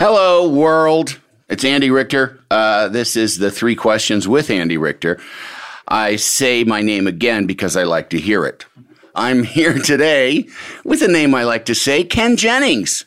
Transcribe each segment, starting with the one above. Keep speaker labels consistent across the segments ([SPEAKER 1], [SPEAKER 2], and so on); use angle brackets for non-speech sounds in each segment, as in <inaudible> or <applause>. [SPEAKER 1] Hello, world. It's Andy Richter. Uh, this is the three questions with Andy Richter. I say my name again because I like to hear it. I'm here today with a name I like to say, Ken Jennings,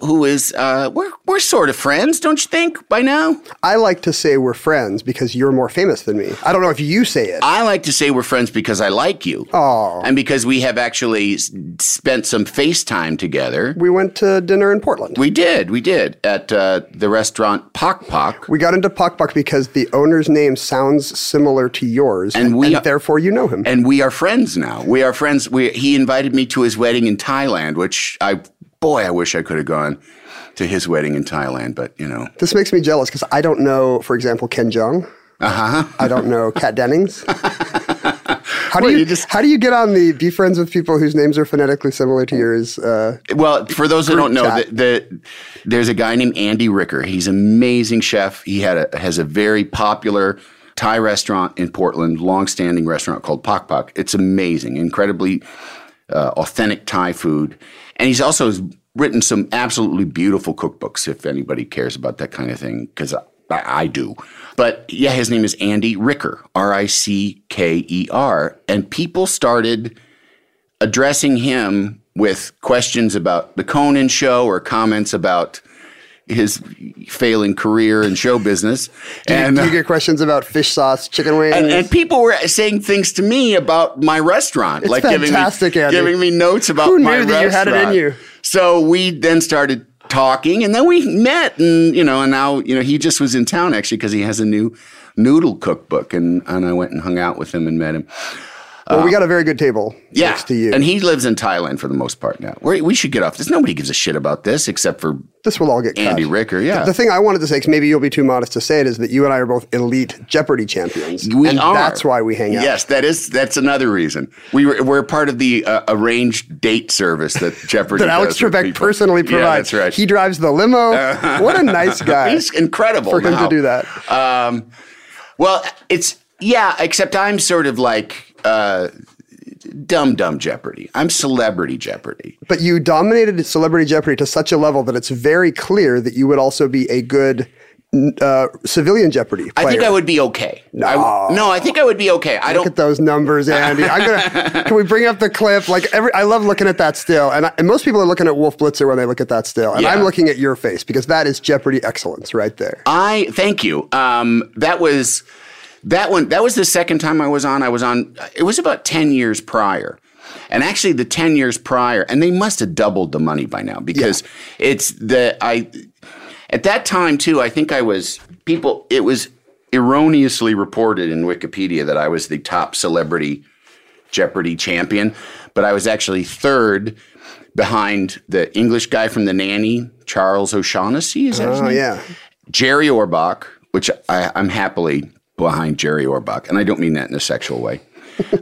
[SPEAKER 1] who is, uh, we're, we're sort of friends, don't you think, by now?
[SPEAKER 2] I like to say we're friends because you're more famous than me. I don't know if you say it.
[SPEAKER 1] I like to say we're friends because I like you.
[SPEAKER 2] Aw.
[SPEAKER 1] And because we have actually s- spent some FaceTime together.
[SPEAKER 2] we went to dinner in Portland. We,
[SPEAKER 1] We did, we did, at uh, the restaurant Pock Pock.
[SPEAKER 2] got into Puck Puck because the owner's name sounds similar to yours,
[SPEAKER 1] And we-
[SPEAKER 2] therefore you know him.
[SPEAKER 1] and we are friends now. We are friends. We, he invited me to his wedding in Thailand, which I, boy, I wish I could have gone to his wedding in Thailand, but you know,
[SPEAKER 2] this makes me jealous because I don't know, for example, Ken Jeong. Uh-huh. I don't know
[SPEAKER 1] <laughs>
[SPEAKER 2] Kat Dennings. How do
[SPEAKER 1] Well,
[SPEAKER 2] you,
[SPEAKER 1] you just-
[SPEAKER 2] how do you get on the be friends with people whose names are phonetically similar to yours? Uh,
[SPEAKER 1] well, for those that don't know, the,
[SPEAKER 2] chat.
[SPEAKER 1] the, there's a guy named Andy Ricker. He's an amazing chef. He had a, has a very popular Thai restaurant in Portland, long-standing restaurant called Pak Pak. It's amazing, incredibly uh, authentic Thai food, and he's also has written some absolutely beautiful cookbooks. If anybody cares about that kind of thing, because I, I do. But yeah, his name is Andy Ricker, R I C K E R, and people started addressing him with questions about the Conan show or comments about his failing career in show business. and, uh,
[SPEAKER 2] do you get questions about fish sauce, chicken wings?
[SPEAKER 1] and and people were saying things to me about my restaurant, like
[SPEAKER 2] fantastic,
[SPEAKER 1] giving me,
[SPEAKER 2] Andy.
[SPEAKER 1] giving me notes about
[SPEAKER 2] Who
[SPEAKER 1] my
[SPEAKER 2] knew that you had it in
[SPEAKER 1] restaurant.
[SPEAKER 2] you?
[SPEAKER 1] So we then started talking, and then we met, and you know, and now you know he just was in town actually because he has a new noodle cookbook, and and I went and hung out with him and met him.
[SPEAKER 2] well, we got a very good table next to you.
[SPEAKER 1] Uh, And he lives in Thailand for the most part now. we we should get off this. Nobody gives a shit about this except for
[SPEAKER 2] this will all get cut.
[SPEAKER 1] Andy Ricker. Yeah.
[SPEAKER 2] The thing I wanted to say, 'cause maybe you'll be too modest to say it, is that you and I are both elite Jeopardy champions.
[SPEAKER 1] we
[SPEAKER 2] and
[SPEAKER 1] are.
[SPEAKER 2] That's why we hang out.
[SPEAKER 1] Yes, that is that's another reason. We were, we're part of the uh, arranged date service
[SPEAKER 2] <laughs>
[SPEAKER 1] that Jeopardy
[SPEAKER 2] That Alex
[SPEAKER 1] does with
[SPEAKER 2] Trebek
[SPEAKER 1] people.
[SPEAKER 2] personally
[SPEAKER 1] Yeah,
[SPEAKER 2] provides.
[SPEAKER 1] that's right.
[SPEAKER 2] He drives
[SPEAKER 1] <laughs>
[SPEAKER 2] the limo. what a nice guy.
[SPEAKER 1] He's incredible
[SPEAKER 2] for him
[SPEAKER 1] now.
[SPEAKER 2] to do that.
[SPEAKER 1] Um, well, it's yeah. Except I'm sort of like uh, dumb dumb Jeopardy. I'm celebrity Jeopardy.
[SPEAKER 2] But you dominated Celebrity Jeopardy to such a level that it's very clear that you would also be a good n- uh, civilian Jeopardy player.
[SPEAKER 1] I think I would be okay. No, I, no, I think I would be okay. I
[SPEAKER 2] Look
[SPEAKER 1] don't
[SPEAKER 2] at those numbers, Andy. I'm
[SPEAKER 1] <laughs>
[SPEAKER 2] gonna. can we bring up the clip? Like every, I love looking at that still, and, I, and most people are looking at Wolf Blitzer when they look at that still, and
[SPEAKER 1] Yeah.
[SPEAKER 2] I'm looking at your face because that is Jeopardy excellence right there.
[SPEAKER 1] I thank you. Um, that was that one. That was the second time I was on. I was on. It was about ten years prior, and actually the ten years prior, and they must have doubled the money by now because it's the I at that time too. I think I was people. It was erroneously reported in Wikipedia that I was the top celebrity Jeopardy champion, but I was actually third. Behind the English guy from The Nanny, Charles O'Shaughnessy, is that his
[SPEAKER 2] Oh
[SPEAKER 1] name?
[SPEAKER 2] yeah,
[SPEAKER 1] Jerry Orbach, which I, I'm happily behind Jerry Orbach, and I don't mean that in a sexual
[SPEAKER 2] <laughs>
[SPEAKER 1] way.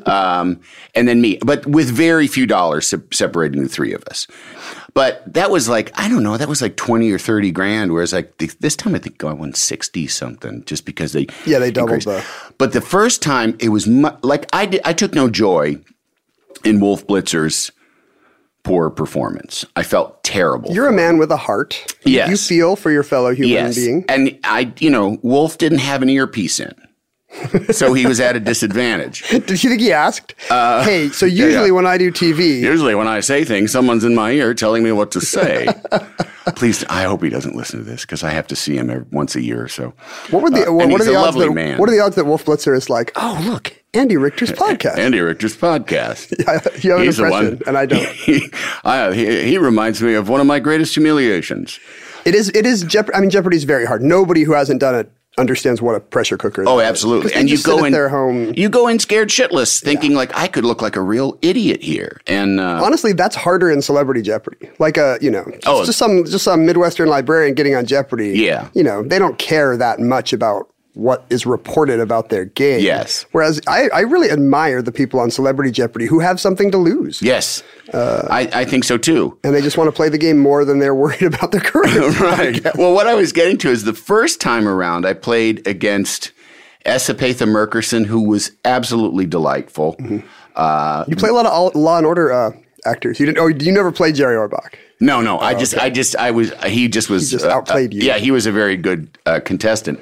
[SPEAKER 1] um, and then me, but with very few dollars se- separating the three of us. But that was like I don't know, that was like twenty or thirty grand. Whereas like th- this time I think I won sixty something just because they
[SPEAKER 2] Yeah, they doubled
[SPEAKER 1] increased. But the first time it was mu- like I did, I took no joy in Wolf Blitzer's poor performance. I felt terrible.
[SPEAKER 2] you're a man with a heart.
[SPEAKER 1] Yes.
[SPEAKER 2] you feel for your fellow human
[SPEAKER 1] yes.
[SPEAKER 2] being.
[SPEAKER 1] And I, you know, Wolf didn't have an earpiece in. so he was at a
[SPEAKER 2] <laughs>
[SPEAKER 1] disadvantage.
[SPEAKER 2] Did you think he asked? hey, so
[SPEAKER 1] Uh, yeah, yeah.
[SPEAKER 2] usually when I do TV,
[SPEAKER 1] Usually, when I say things, someone's in my ear telling me what to
[SPEAKER 2] <laughs>
[SPEAKER 1] say. Please, I hope he doesn't listen to this because I have to see him every, once a year or so.
[SPEAKER 2] what were the
[SPEAKER 1] Uh,
[SPEAKER 2] what,
[SPEAKER 1] and
[SPEAKER 2] what are
[SPEAKER 1] he's
[SPEAKER 2] the
[SPEAKER 1] a
[SPEAKER 2] odds
[SPEAKER 1] lovely
[SPEAKER 2] that,
[SPEAKER 1] man.
[SPEAKER 2] what are the odds that Wolf Blitzer is like, oh look, Andy
[SPEAKER 1] <laughs>
[SPEAKER 2] Richter's podcast. <laughs>
[SPEAKER 1] Andy Richter's podcast. <laughs>
[SPEAKER 2] you have an
[SPEAKER 1] He's the
[SPEAKER 2] impression,
[SPEAKER 1] one-
[SPEAKER 2] and I don't.
[SPEAKER 1] I- he, he reminds me of one of my greatest humiliations.
[SPEAKER 2] It is it is Jeopardy. I mean, Jeopardy is very hard. Nobody who hasn't done it understands what a pressure cooker.
[SPEAKER 1] Oh,
[SPEAKER 2] that is.
[SPEAKER 1] absolutely.
[SPEAKER 2] 'Cause they
[SPEAKER 1] And you
[SPEAKER 2] just
[SPEAKER 1] go
[SPEAKER 2] sit at
[SPEAKER 1] in
[SPEAKER 2] their home.
[SPEAKER 1] You go in scared shitless, thinking like I could look like a real idiot here. And uh,
[SPEAKER 2] Honestly, that's harder in Celebrity Jeopardy. Like a you know, just,
[SPEAKER 1] Oh.
[SPEAKER 2] just some just some Midwestern librarian getting on Jeopardy.
[SPEAKER 1] Yeah.
[SPEAKER 2] you know, they don't care that much about what is reported about their game.
[SPEAKER 1] Yes.
[SPEAKER 2] Whereas I, I really admire the people on Celebrity Jeopardy who have something to lose.
[SPEAKER 1] yes,
[SPEAKER 2] Uh,
[SPEAKER 1] I, I think so too.
[SPEAKER 2] And they just want to play the game more than they're <laughs> worried about their career.
[SPEAKER 1] <laughs> right. Well, what I was getting to is the first time around, I played against Esapatha Merkerson, who was absolutely delightful. Uh,
[SPEAKER 2] You play a lot of all, Law and Order uh, actors. You didn't. Oh, you never played Jerry Orbach.
[SPEAKER 1] no, no, I just, I just, I was, he just was
[SPEAKER 2] Oh,
[SPEAKER 1] uh,
[SPEAKER 2] He just outplayed you.
[SPEAKER 1] Yeah, he was a very good uh, contestant.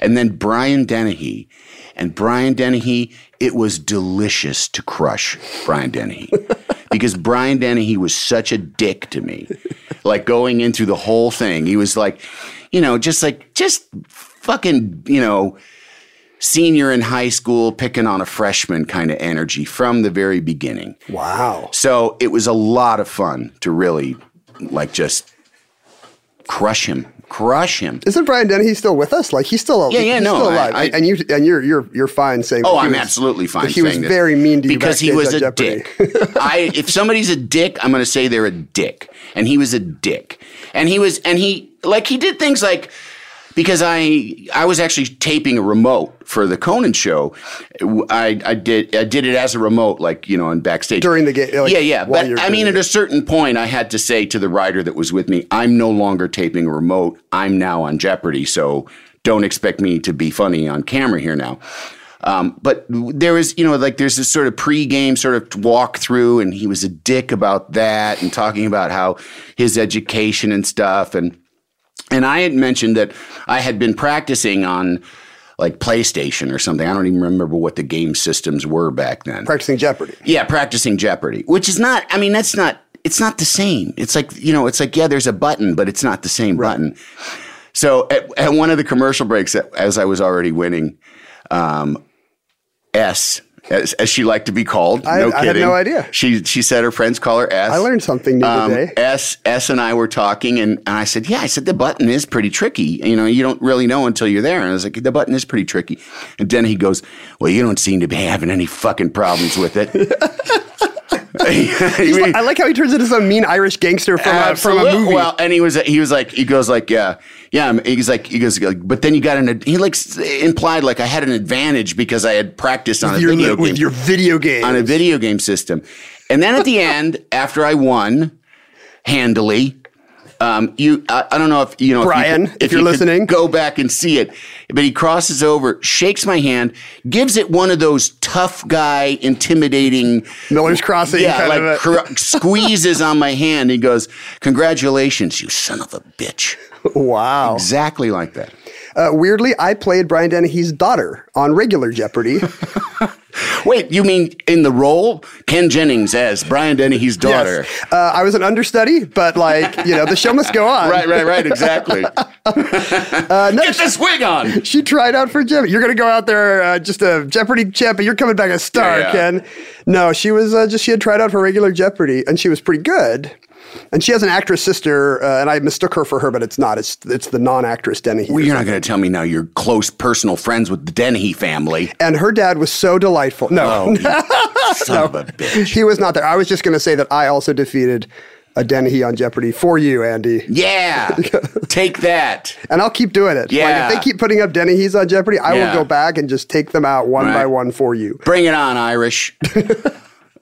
[SPEAKER 1] And then Brian Dennehy, and Brian Dennehy, it was delicious to crush Brian
[SPEAKER 2] <laughs>
[SPEAKER 1] Dennehy because Brian Dennehy was such a dick to me. Like going into the whole thing, he was like, you know, just like, just fucking, you know. Senior in high school, picking on a freshman kind of energy from the very beginning.
[SPEAKER 2] Wow.
[SPEAKER 1] So it was a lot of fun to really like just crush him, crush him.
[SPEAKER 2] Isn't Brian Dennehy still with us? Like he's still
[SPEAKER 1] Yeah, yeah,
[SPEAKER 2] he's
[SPEAKER 1] no,
[SPEAKER 2] still
[SPEAKER 1] I-
[SPEAKER 2] alive.
[SPEAKER 1] I-
[SPEAKER 2] and you and you're you're you're fine saying.
[SPEAKER 1] Oh,
[SPEAKER 2] that he
[SPEAKER 1] I'm
[SPEAKER 2] was-
[SPEAKER 1] absolutely fine.
[SPEAKER 2] that He was
[SPEAKER 1] saying this.
[SPEAKER 2] very mean to you
[SPEAKER 1] because he
[SPEAKER 2] backstage
[SPEAKER 1] was a
[SPEAKER 2] on Jeopardy.
[SPEAKER 1] dick. I if somebody's a dick, I'm going to say they're a dick, and he was a dick, and he was and he like he did things like. Because I I was actually taping a remote for the Conan show, I, I did I did it as a remote like you know and backstage
[SPEAKER 2] <laughs> During the ga- like,
[SPEAKER 1] yeah yeah
[SPEAKER 2] while
[SPEAKER 1] but
[SPEAKER 2] you're
[SPEAKER 1] I mean at
[SPEAKER 2] doing
[SPEAKER 1] a certain point I had to say to the writer that was with me I'm no longer taping a remote I'm now on Jeopardy so don't expect me to be funny on camera here now um, but there is, you know, like there's this sort of pre-game sort of walk through, and he was a dick about that and talking about how his education and stuff. And and I had mentioned that I had been practicing on like PlayStation or something. I don't even remember what the game systems were back then. <laughs>
[SPEAKER 2] practicing Jeopardy.
[SPEAKER 1] Yeah, practicing Jeopardy, which is not, I mean, that's not, it's not the same. It's like, you know, it's like, yeah, there's a button, but it's not the same button. So at, at one of the commercial breaks, as I was already winning, um, S, as, as she liked to be called,
[SPEAKER 2] I-
[SPEAKER 1] no
[SPEAKER 2] I
[SPEAKER 1] kidding.
[SPEAKER 2] had no idea.
[SPEAKER 1] She, she said her friends call her S.
[SPEAKER 2] I learned something new
[SPEAKER 1] Um,
[SPEAKER 2] today.
[SPEAKER 1] S S and I were talking, and, and I said, "Yeah." I said the button is pretty tricky. You know, you don't really know until you're there. And I was like, "The button is pretty tricky." And then he goes, "Well, you don't seem to be having any fucking problems with it." <laughs>
[SPEAKER 2] He's like- I like how he turns into some mean Irish gangster from a, from a
[SPEAKER 1] Absolute-
[SPEAKER 2] movie.
[SPEAKER 1] Well, and he was he was like he goes like yeah yeah I'm- he's like he goes like, but then you got an he like s- implied like I had an advantage because I had practiced on a
[SPEAKER 2] Your-
[SPEAKER 1] video game
[SPEAKER 2] with your video game.
[SPEAKER 1] on a video game system. And then at
[SPEAKER 2] <laughs>
[SPEAKER 1] the end, after I won handily, um, you I, I don't know if you know if you
[SPEAKER 2] Brian,
[SPEAKER 1] could-
[SPEAKER 2] if you're
[SPEAKER 1] you could
[SPEAKER 2] listening.
[SPEAKER 1] go back and see it. But he crosses over, shakes my hand, gives it one of those tough guy, intimidating
[SPEAKER 2] Miller's Crossing
[SPEAKER 1] Yeah,
[SPEAKER 2] kind
[SPEAKER 1] like
[SPEAKER 2] of a- <laughs>
[SPEAKER 1] cr- squeezes on my hand. He goes, "Congratulations, you son of a bitch!"
[SPEAKER 2] wow.
[SPEAKER 1] Exactly like that.
[SPEAKER 2] Uh, weirdly, I played Brian Dennehy's daughter on regular Jeopardy.
[SPEAKER 1] <laughs> Wait, you mean in the role Ken Jennings as Brian Dennehy's daughter?
[SPEAKER 2] Yes. Uh, I was an understudy, but like you know, the show must go on.
[SPEAKER 1] Right, right, right. Exactly.
[SPEAKER 2] no,
[SPEAKER 1] <laughs> Get this wig on.
[SPEAKER 2] She tried out for Jeopardy. You're going to go out there uh, just a Jeopardy champ, and you're coming back a star,
[SPEAKER 1] Yeah, yeah.
[SPEAKER 2] Ken. No, she was uh, just she had tried out for regular Jeopardy, and she was pretty good. And she has an actress sister, uh, and I mistook her for her, but it's not. It's it's the non-actress Denny.
[SPEAKER 1] Well, you're not going to tell me now you're close personal friends with the Dennehy family.
[SPEAKER 2] and her dad was so delightful. No,
[SPEAKER 1] Oh, you son of a bitch.
[SPEAKER 2] <laughs> he was not there. I was just going to say that I also defeated a Dennehy on Jeopardy for you, Andy.
[SPEAKER 1] Yeah. Take that.
[SPEAKER 2] And I'll keep doing it.
[SPEAKER 1] Yeah.
[SPEAKER 2] Like, if they keep putting up Dennehy's on Jeopardy, I
[SPEAKER 1] Yeah.
[SPEAKER 2] will go back and just take them out one
[SPEAKER 1] Right.
[SPEAKER 2] by one for you.
[SPEAKER 1] Bring it on, Irish.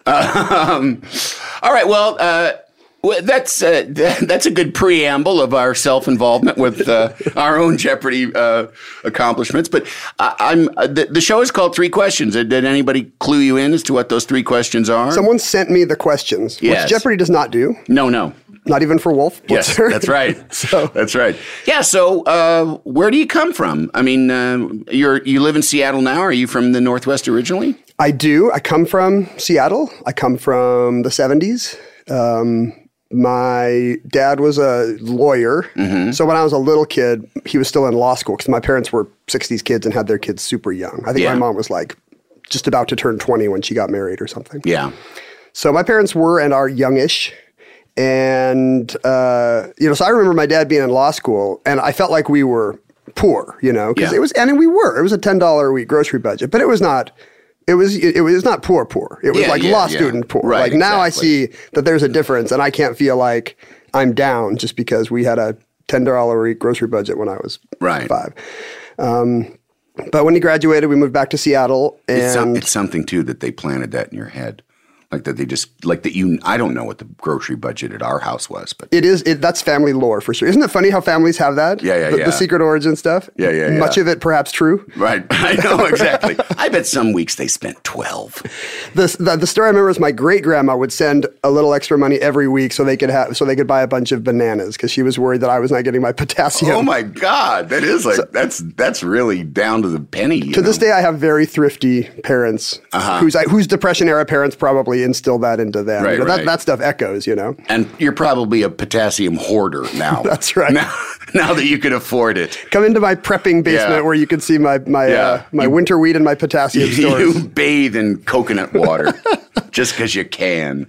[SPEAKER 1] um, all right. Well, uh, Well, that's uh, <laughs> th- that's a good preamble of our self involvement with uh, our own Jeopardy uh, accomplishments. But I, I'm uh, the, the show is called Three Questions. Uh, Did anybody clue you in as to what those three questions are?
[SPEAKER 2] Someone sent me the questions,
[SPEAKER 1] Yes.
[SPEAKER 2] which Jeopardy does not do,
[SPEAKER 1] no, no.
[SPEAKER 2] not even for Wolf.
[SPEAKER 1] Yes,
[SPEAKER 2] Blitzer.
[SPEAKER 1] <laughs> that's right.
[SPEAKER 2] So-
[SPEAKER 1] that's right. Yeah. So, uh, where do you come from? I mean, uh, you're you live in Seattle now. Are you from the Northwest originally?
[SPEAKER 2] I do. I come from Seattle. I come from the 70s. Um, my dad was a lawyer.
[SPEAKER 1] Mm-hmm.
[SPEAKER 2] So when I was a little kid, he was still in law school because my parents were 60s kids and had their kids super young. I think
[SPEAKER 1] Yeah.
[SPEAKER 2] my mom was like just about to turn 20 when she got married or something.
[SPEAKER 1] Yeah.
[SPEAKER 2] So my parents were and are youngish. And, uh, you know, so I remember my dad being in law school and I felt like we were poor, you know, because
[SPEAKER 1] Yeah.
[SPEAKER 2] it was, and we were, it was a $10 a week grocery budget, but it was not, it was, it was not poor, poor. It was
[SPEAKER 1] Yeah,
[SPEAKER 2] like
[SPEAKER 1] yeah,
[SPEAKER 2] law
[SPEAKER 1] yeah.
[SPEAKER 2] student poor.
[SPEAKER 1] Right,
[SPEAKER 2] like now
[SPEAKER 1] exactly.
[SPEAKER 2] I see that there's a difference and I can't feel like I'm down just because we had a $10 a week grocery budget when I was
[SPEAKER 1] Right.
[SPEAKER 2] five. Um, but when he graduated, we moved back to Seattle and
[SPEAKER 1] It's, some, it's something too that they planted that in your head, like that they just like that you. I don't know what the grocery budget at our house was, but
[SPEAKER 2] It is. It, that's family lore for sure. Isn't it funny how families have that?
[SPEAKER 1] Yeah, yeah,
[SPEAKER 2] the,
[SPEAKER 1] yeah.
[SPEAKER 2] The secret origin stuff.
[SPEAKER 1] Yeah, yeah, yeah.
[SPEAKER 2] Much of it perhaps true.
[SPEAKER 1] <laughs> right, I know exactly. <laughs> I bet some weeks they spent twelve.
[SPEAKER 2] The, the, the story I remember is my great grandma would send a little extra money every week so they could have so they could buy a bunch of bananas because she was worried that I was not getting my <laughs> potassium.
[SPEAKER 1] Oh my god, that is like that's that's really down to the penny.
[SPEAKER 2] To this day, I have very thrifty parents whose I, whose depression era parents probably instilled that into them.
[SPEAKER 1] Uh-huh. Right,
[SPEAKER 2] You know,
[SPEAKER 1] right.
[SPEAKER 2] That, that stuff echoes, you know.
[SPEAKER 1] and you're probably a potassium hoarder <laughs> now.
[SPEAKER 2] That's right.
[SPEAKER 1] Now, now that you can afford it.
[SPEAKER 2] Come into my prepping basement
[SPEAKER 1] Yeah.
[SPEAKER 2] where you can see my my
[SPEAKER 1] Yeah.
[SPEAKER 2] uh, my winter wheat and my potassium stores.
[SPEAKER 1] <laughs> You bathe in coconut <laughs> water just because you can.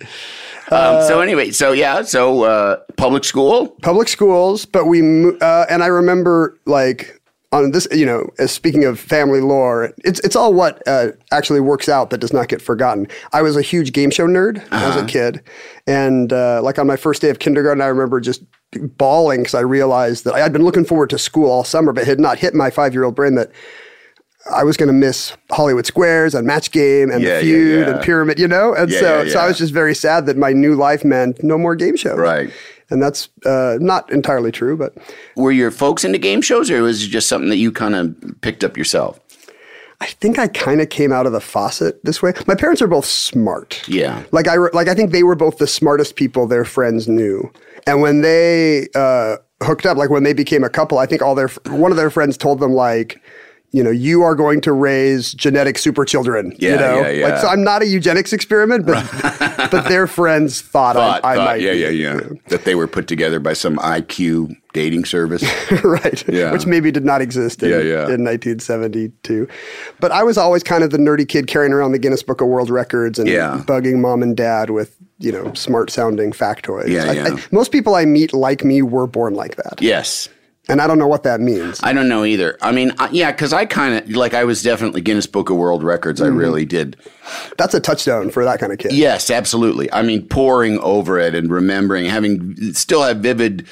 [SPEAKER 1] Um, so anyway, so yeah, so uh, public school.
[SPEAKER 2] public schools, but we mo- uh, and I remember like on this, you know, as speaking of family lore, it's it's all what uh, actually works out that does not get forgotten. I was a huge game show nerd as
[SPEAKER 1] Uh-huh.
[SPEAKER 2] a kid, and uh, like on my first day of kindergarten, I remember just bawling because I realized that I had been looking forward to school all summer, but it had not hit my five year old brain that. I was going to miss Hollywood Squares and Match Game and
[SPEAKER 1] Yeah, yeah,
[SPEAKER 2] The Feud
[SPEAKER 1] yeah.
[SPEAKER 2] and Pyramid, you know? And
[SPEAKER 1] Yeah,
[SPEAKER 2] so,
[SPEAKER 1] yeah,
[SPEAKER 2] so
[SPEAKER 1] yeah.
[SPEAKER 2] I was just very sad that my new life meant no more game shows
[SPEAKER 1] Right.
[SPEAKER 2] and that's uh, not entirely true. But
[SPEAKER 1] Were your folks into game shows, or was it just something that you kind of picked up yourself?
[SPEAKER 2] I think I kind of came out of the faucet this way. My parents are both smart.
[SPEAKER 1] Yeah.
[SPEAKER 2] Like I re- like I think they were both the smartest people their friends knew, and when they uh, hooked up, like when they became a couple, I think all their one of their friends told them like. You know, you are going to raise genetic super children.
[SPEAKER 1] Yeah,
[SPEAKER 2] you know,
[SPEAKER 1] yeah, yeah.
[SPEAKER 2] like so. I'm not a eugenics
[SPEAKER 1] <laughs>
[SPEAKER 2] experiment, but but their friends thought,
[SPEAKER 1] Thought,
[SPEAKER 2] I, I
[SPEAKER 1] thought,
[SPEAKER 2] might.
[SPEAKER 1] yeah,
[SPEAKER 2] be.
[SPEAKER 1] yeah, yeah, <laughs> That they were put together by some IQ dating service.
[SPEAKER 2] <laughs> right?
[SPEAKER 1] Yeah.
[SPEAKER 2] Which maybe did not exist in,
[SPEAKER 1] Yeah, yeah.
[SPEAKER 2] in 1972. But I was always kind of the nerdy kid carrying around the Guinness Book of World Records and
[SPEAKER 1] Yeah.
[SPEAKER 2] bugging mom and dad with you know smart sounding factoids.
[SPEAKER 1] Yeah,
[SPEAKER 2] I-
[SPEAKER 1] yeah.
[SPEAKER 2] I- most people I meet like me were born like
[SPEAKER 1] <laughs>
[SPEAKER 2] that,
[SPEAKER 1] yes.
[SPEAKER 2] and I don't know what that means.
[SPEAKER 1] I don't know either. I mean, I, yeah, because I kind of like I was definitely Guinness Book of World Records. I really did.
[SPEAKER 2] That's a touchstone for that kind of kid.
[SPEAKER 1] Yes, absolutely. I mean, poring over it and remembering, having still have vivid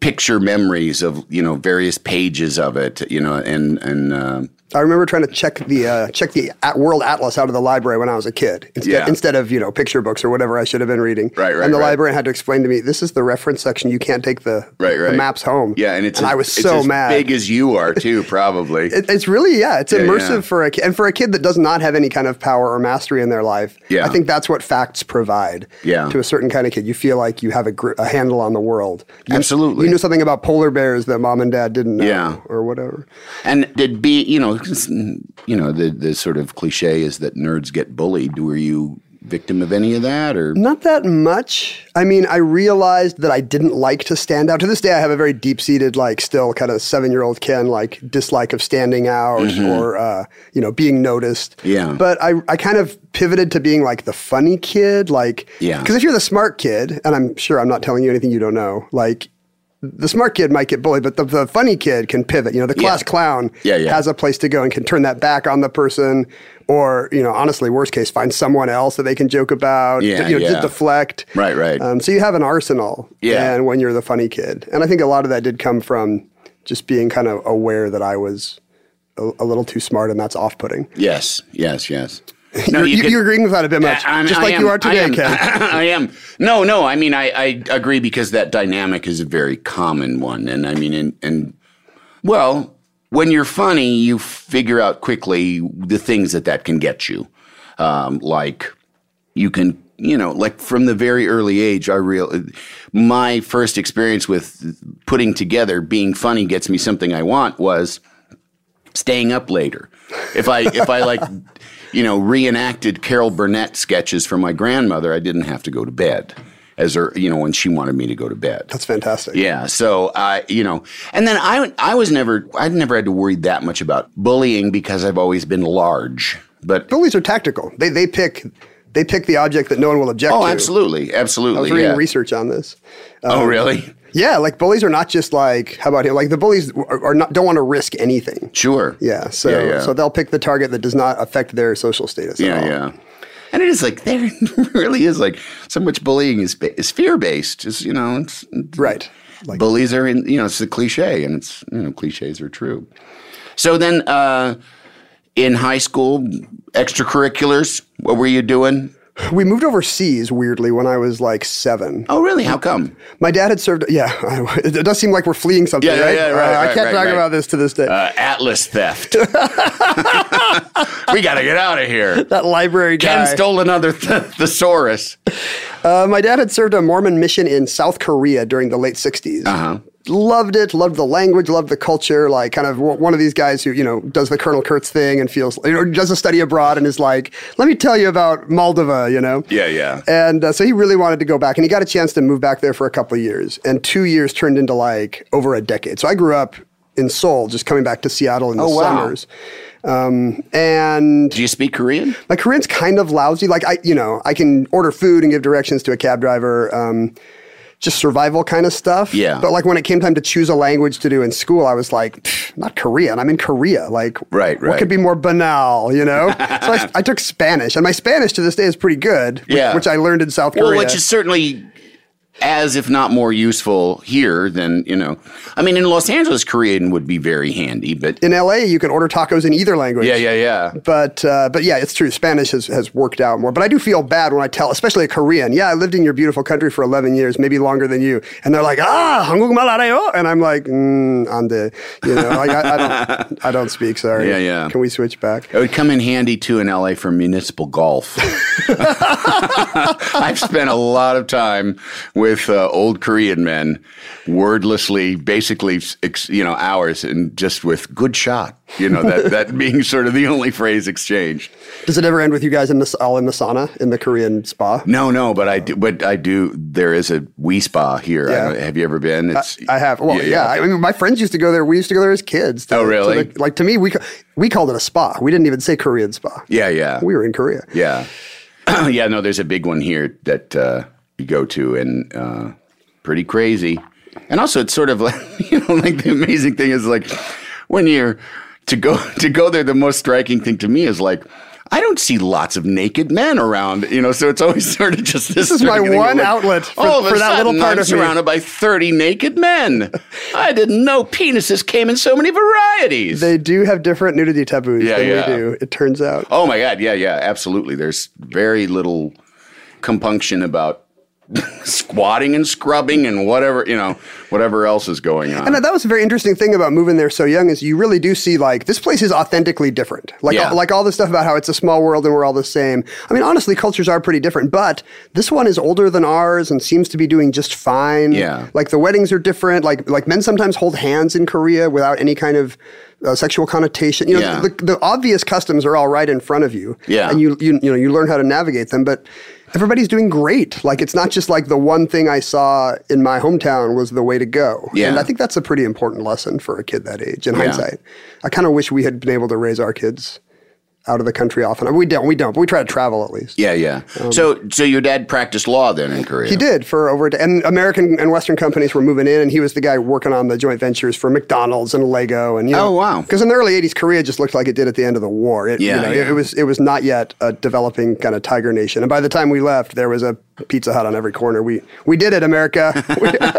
[SPEAKER 1] picture memories of you know various pages of it. You know, and and uh,
[SPEAKER 2] I remember trying to check the uh, check the at World Atlas out of the library when I was a kid, instead,
[SPEAKER 1] Yeah.
[SPEAKER 2] instead of you know picture books or whatever I should have been reading.
[SPEAKER 1] Right, right,
[SPEAKER 2] And the
[SPEAKER 1] right.
[SPEAKER 2] librarian had to explain to me, "This is the reference section. You can't take the,
[SPEAKER 1] right, right,
[SPEAKER 2] the maps home."
[SPEAKER 1] Yeah, and it's
[SPEAKER 2] and
[SPEAKER 1] as-
[SPEAKER 2] I was
[SPEAKER 1] it's
[SPEAKER 2] so
[SPEAKER 1] as
[SPEAKER 2] mad.
[SPEAKER 1] big as you are
[SPEAKER 2] <laughs>
[SPEAKER 1] too, probably.
[SPEAKER 2] It, it's really yeah, it's
[SPEAKER 1] Yeah,
[SPEAKER 2] immersive
[SPEAKER 1] yeah.
[SPEAKER 2] for a kid, and for a kid that does not have any kind of power or mastery in their life.
[SPEAKER 1] Yeah.
[SPEAKER 2] I think that's what facts provide.
[SPEAKER 1] Yeah.
[SPEAKER 2] to a certain kind of kid, you feel like you have a, gr- a handle on the world. You,
[SPEAKER 1] Absolutely.
[SPEAKER 2] you knew something about polar bears that mom and dad didn't know,
[SPEAKER 1] Yeah.
[SPEAKER 2] or whatever.
[SPEAKER 1] and did be you know 'cause, you know the the sort of cliche is that nerds get bullied. Were you victim of any of that or?
[SPEAKER 2] Not that much. I mean, I realized that I didn't like to stand out. To this day, I have a very deep seated, like, still kind of seven year old Ken, like, dislike of standing out or, uh, you know, being noticed.
[SPEAKER 1] Mm-hmm. Yeah.
[SPEAKER 2] But I, I kind of pivoted to being like the funny kid. Like,
[SPEAKER 1] Yeah.
[SPEAKER 2] Because if you're the smart kid, and I'm sure I'm not telling you anything you don't know, like, the smart kid might get bullied, but the, the funny kid can pivot. You know, the class clown
[SPEAKER 1] Yeah, yeah.
[SPEAKER 2] has a place to go and can turn that back on the person, or you know, honestly, worst case, find someone else that they can joke about.
[SPEAKER 1] Yeah,
[SPEAKER 2] you know,
[SPEAKER 1] yeah.
[SPEAKER 2] to deflect.
[SPEAKER 1] Right, right.
[SPEAKER 2] Um, so you have an arsenal.
[SPEAKER 1] Yeah.
[SPEAKER 2] And when you're the funny kid, and I think a lot of that did come from just being kind of aware that I was a, a little too smart, and that's off-putting.
[SPEAKER 1] Yes, yes, yes. No,
[SPEAKER 2] you're,
[SPEAKER 1] you
[SPEAKER 2] you
[SPEAKER 1] could-
[SPEAKER 2] are agreeing with that a bit much,
[SPEAKER 1] I- I'm-
[SPEAKER 2] just
[SPEAKER 1] I
[SPEAKER 2] like
[SPEAKER 1] am-
[SPEAKER 2] you are today,
[SPEAKER 1] I am,
[SPEAKER 2] Ken.
[SPEAKER 1] <laughs> I am. No, no. I mean, I, I agree because that dynamic is a very common one, and I mean, and, and well, when you're funny, you figure out quickly the things that that can get you. Um, like you can, you know, like from the very early age, I real my first experience with putting together being funny gets me something I want was staying up later. If I if I like <laughs> you know reenacted Carol Burnett sketches for my grandmother, I didn't have to go to bed as her you know when she wanted me to go to bed.
[SPEAKER 2] That's fantastic.
[SPEAKER 1] Yeah, so I you know, and then I I was never I never had to worry that much about bullying because I've always been large. But
[SPEAKER 2] Bullies are tactical. They they pick they pick the object that no one will object
[SPEAKER 1] oh,
[SPEAKER 2] to.
[SPEAKER 1] absolutely, absolutely.
[SPEAKER 2] I was reading
[SPEAKER 1] yeah.
[SPEAKER 2] research on this.
[SPEAKER 1] oh,
[SPEAKER 2] Um,
[SPEAKER 1] really?
[SPEAKER 2] Yeah, like bullies are not just like how about here? Like the bullies are, are not don't want to risk anything.
[SPEAKER 1] Sure.
[SPEAKER 2] Yeah, so
[SPEAKER 1] yeah, yeah.
[SPEAKER 2] so they'll pick the target that does not affect their social status. at
[SPEAKER 1] Yeah,
[SPEAKER 2] all.
[SPEAKER 1] yeah. And it is like <laughs> there really is like so much bullying is ba- is fear based. Is you know it's
[SPEAKER 2] Right. Like
[SPEAKER 1] bullies are in you know it's a cliche and it's you know cliches are true. So then uh, in high school extracurriculars, what were you doing?
[SPEAKER 2] we moved overseas weirdly when I was like seven.
[SPEAKER 1] Oh really? How come?
[SPEAKER 2] My dad had served. Yeah, <laughs> it does seem like we're fleeing something.
[SPEAKER 1] Yeah, yeah,
[SPEAKER 2] right?
[SPEAKER 1] yeah, right,
[SPEAKER 2] Uh, I
[SPEAKER 1] right,
[SPEAKER 2] can't
[SPEAKER 1] right,
[SPEAKER 2] talk
[SPEAKER 1] right.
[SPEAKER 2] about this to this day.
[SPEAKER 1] Uh, atlas theft. <laughs> we got to get out of here.
[SPEAKER 2] that library
[SPEAKER 1] Ken
[SPEAKER 2] guy.
[SPEAKER 1] stole another <laughs> th- thesaurus.
[SPEAKER 2] Uh, my dad had served a Mormon mission in South Korea during the late 60s.
[SPEAKER 1] Uh-huh.
[SPEAKER 2] Loved it, loved the language, loved the culture. Like, kind of one of these guys who, you know, does the Colonel Kurtz thing and feels, or does a study abroad and is like, let me tell you about Moldova, you know?
[SPEAKER 1] Yeah, yeah.
[SPEAKER 2] And uh, so he really wanted to go back, and he got a chance to move back there for a couple of years. And two years turned into like over a decade. So I grew up in Seoul, just coming back to Seattle in the
[SPEAKER 1] Oh, wow.
[SPEAKER 2] summers. Um, and
[SPEAKER 1] Do you speak Korean?
[SPEAKER 2] my Korean's kind of lousy. Like I, you know, I can order food and give directions to a cab driver. Um, just survival kind of stuff.
[SPEAKER 1] Yeah.
[SPEAKER 2] But like when it came time to choose a language to do in school, I was like, "Pfft, not Korean. I'm in Korea. Like,
[SPEAKER 1] Right,
[SPEAKER 2] What
[SPEAKER 1] right.
[SPEAKER 2] could be more banal?
[SPEAKER 1] <laughs>
[SPEAKER 2] You know. so I, I took Spanish, and my Spanish to this day is pretty good. Which,
[SPEAKER 1] Yeah.
[SPEAKER 2] Which I learned in South Korea.
[SPEAKER 1] Well, which is certainly as if not more useful here than you know. I mean, in Los Angeles, Korean would be very handy, but
[SPEAKER 2] in LA, you can order tacos in either language.
[SPEAKER 1] yeah, yeah, yeah.
[SPEAKER 2] But uh, but yeah, it's true. Spanish has, has worked out more. But I do feel bad when I tell, especially a Korean. Yeah, I lived in your beautiful country for eleven years, maybe longer than you. And they're like, ah, 한국말 알아요? And I'm like, mm, ande. You know, like, I, I don't I don't speak. Sorry.
[SPEAKER 1] Yeah, yeah.
[SPEAKER 2] Can we switch back?
[SPEAKER 1] It would come in handy too in LA for municipal golf. <laughs> I've spent a lot of time with uh, old Korean men, wordlessly, basically, ex- you know, hours, and just with good shot. You know, that that being sort of the only phrase exchanged.
[SPEAKER 2] Does it ever end with you guys in the all in the sauna in the Korean spa?
[SPEAKER 1] No, no, but I do. But I do. There is a wee spa here. I
[SPEAKER 2] Yeah.
[SPEAKER 1] don't- have you ever been? It's,
[SPEAKER 2] I have. Well, yeah. I mean, my friends used to go there. We used to go there as kids. to-
[SPEAKER 1] Oh,
[SPEAKER 2] to
[SPEAKER 1] really?
[SPEAKER 2] the- like to me, we ca- we called it a spa. We didn't even say Korean spa.
[SPEAKER 1] yeah, yeah,
[SPEAKER 2] We were in Korea.
[SPEAKER 1] yeah, <clears throat> yeah. No, there's a big one here that uh, you go to, and uh, pretty crazy. And also, it's sort of <laughs> like you know, like the amazing thing is like when you're to go <laughs> to go there. The most striking thing to me is like. I don't see lots of naked men around, you know, so it's always <laughs> sort of just this.
[SPEAKER 2] is my
[SPEAKER 1] striking thing,
[SPEAKER 2] one
[SPEAKER 1] like,
[SPEAKER 2] outlet for-
[SPEAKER 1] all of a
[SPEAKER 2] for that little
[SPEAKER 1] sudden,
[SPEAKER 2] part
[SPEAKER 1] I'm
[SPEAKER 2] of me.
[SPEAKER 1] surrounded by 30 naked men. I didn't know penises came in so many varieties.
[SPEAKER 2] They do have different nudity taboos
[SPEAKER 1] Yeah,
[SPEAKER 2] than
[SPEAKER 1] yeah.
[SPEAKER 2] we do. It turns out.
[SPEAKER 1] Oh my god, yeah, yeah, absolutely. There's very little compunction about <laughs> squatting and scrubbing and whatever, you know, whatever else is going on.
[SPEAKER 2] And that was a very interesting thing about moving there so young is you really do see like this place is authentically different. Like
[SPEAKER 1] Yeah.
[SPEAKER 2] like all the stuff about how it's a small world and we're all the same. I mean, honestly, cultures are pretty different, but this one is older than ours and seems to be doing just fine.
[SPEAKER 1] Yeah.
[SPEAKER 2] like the weddings are different. Like like men sometimes hold hands in Korea without any kind of uh, sexual connotation. You know,
[SPEAKER 1] Yeah.
[SPEAKER 2] the, the obvious customs are all right in front of you.
[SPEAKER 1] Yeah.
[SPEAKER 2] and you you you know you learn how to navigate them, but. Everybody's doing great. Like it's not just like the one thing I saw in my hometown was the way to go.
[SPEAKER 1] Yeah.
[SPEAKER 2] And I think that's a pretty important lesson for a kid that age in hindsight. I kind of wish we had been able to raise our kids out of the country often. I mean, we don't, we don't, but we try to travel at least.
[SPEAKER 1] yeah, yeah. so, so your dad practiced law then in Korea.
[SPEAKER 2] Um, He did for over, a de- and American and Western companies were moving in, and he was the guy working on the joint ventures for McDonald's and Lego, and you know,
[SPEAKER 1] Oh, wow.
[SPEAKER 2] Because in the early '80s, Korea just looked like it did at the end of the war. It,
[SPEAKER 1] Yeah,
[SPEAKER 2] you know, it-
[SPEAKER 1] yeah.
[SPEAKER 2] it was it was not yet a developing kind of tiger nation, and by the time we left, there was a Pizza Hut on every corner. We we did it, America. <laughs>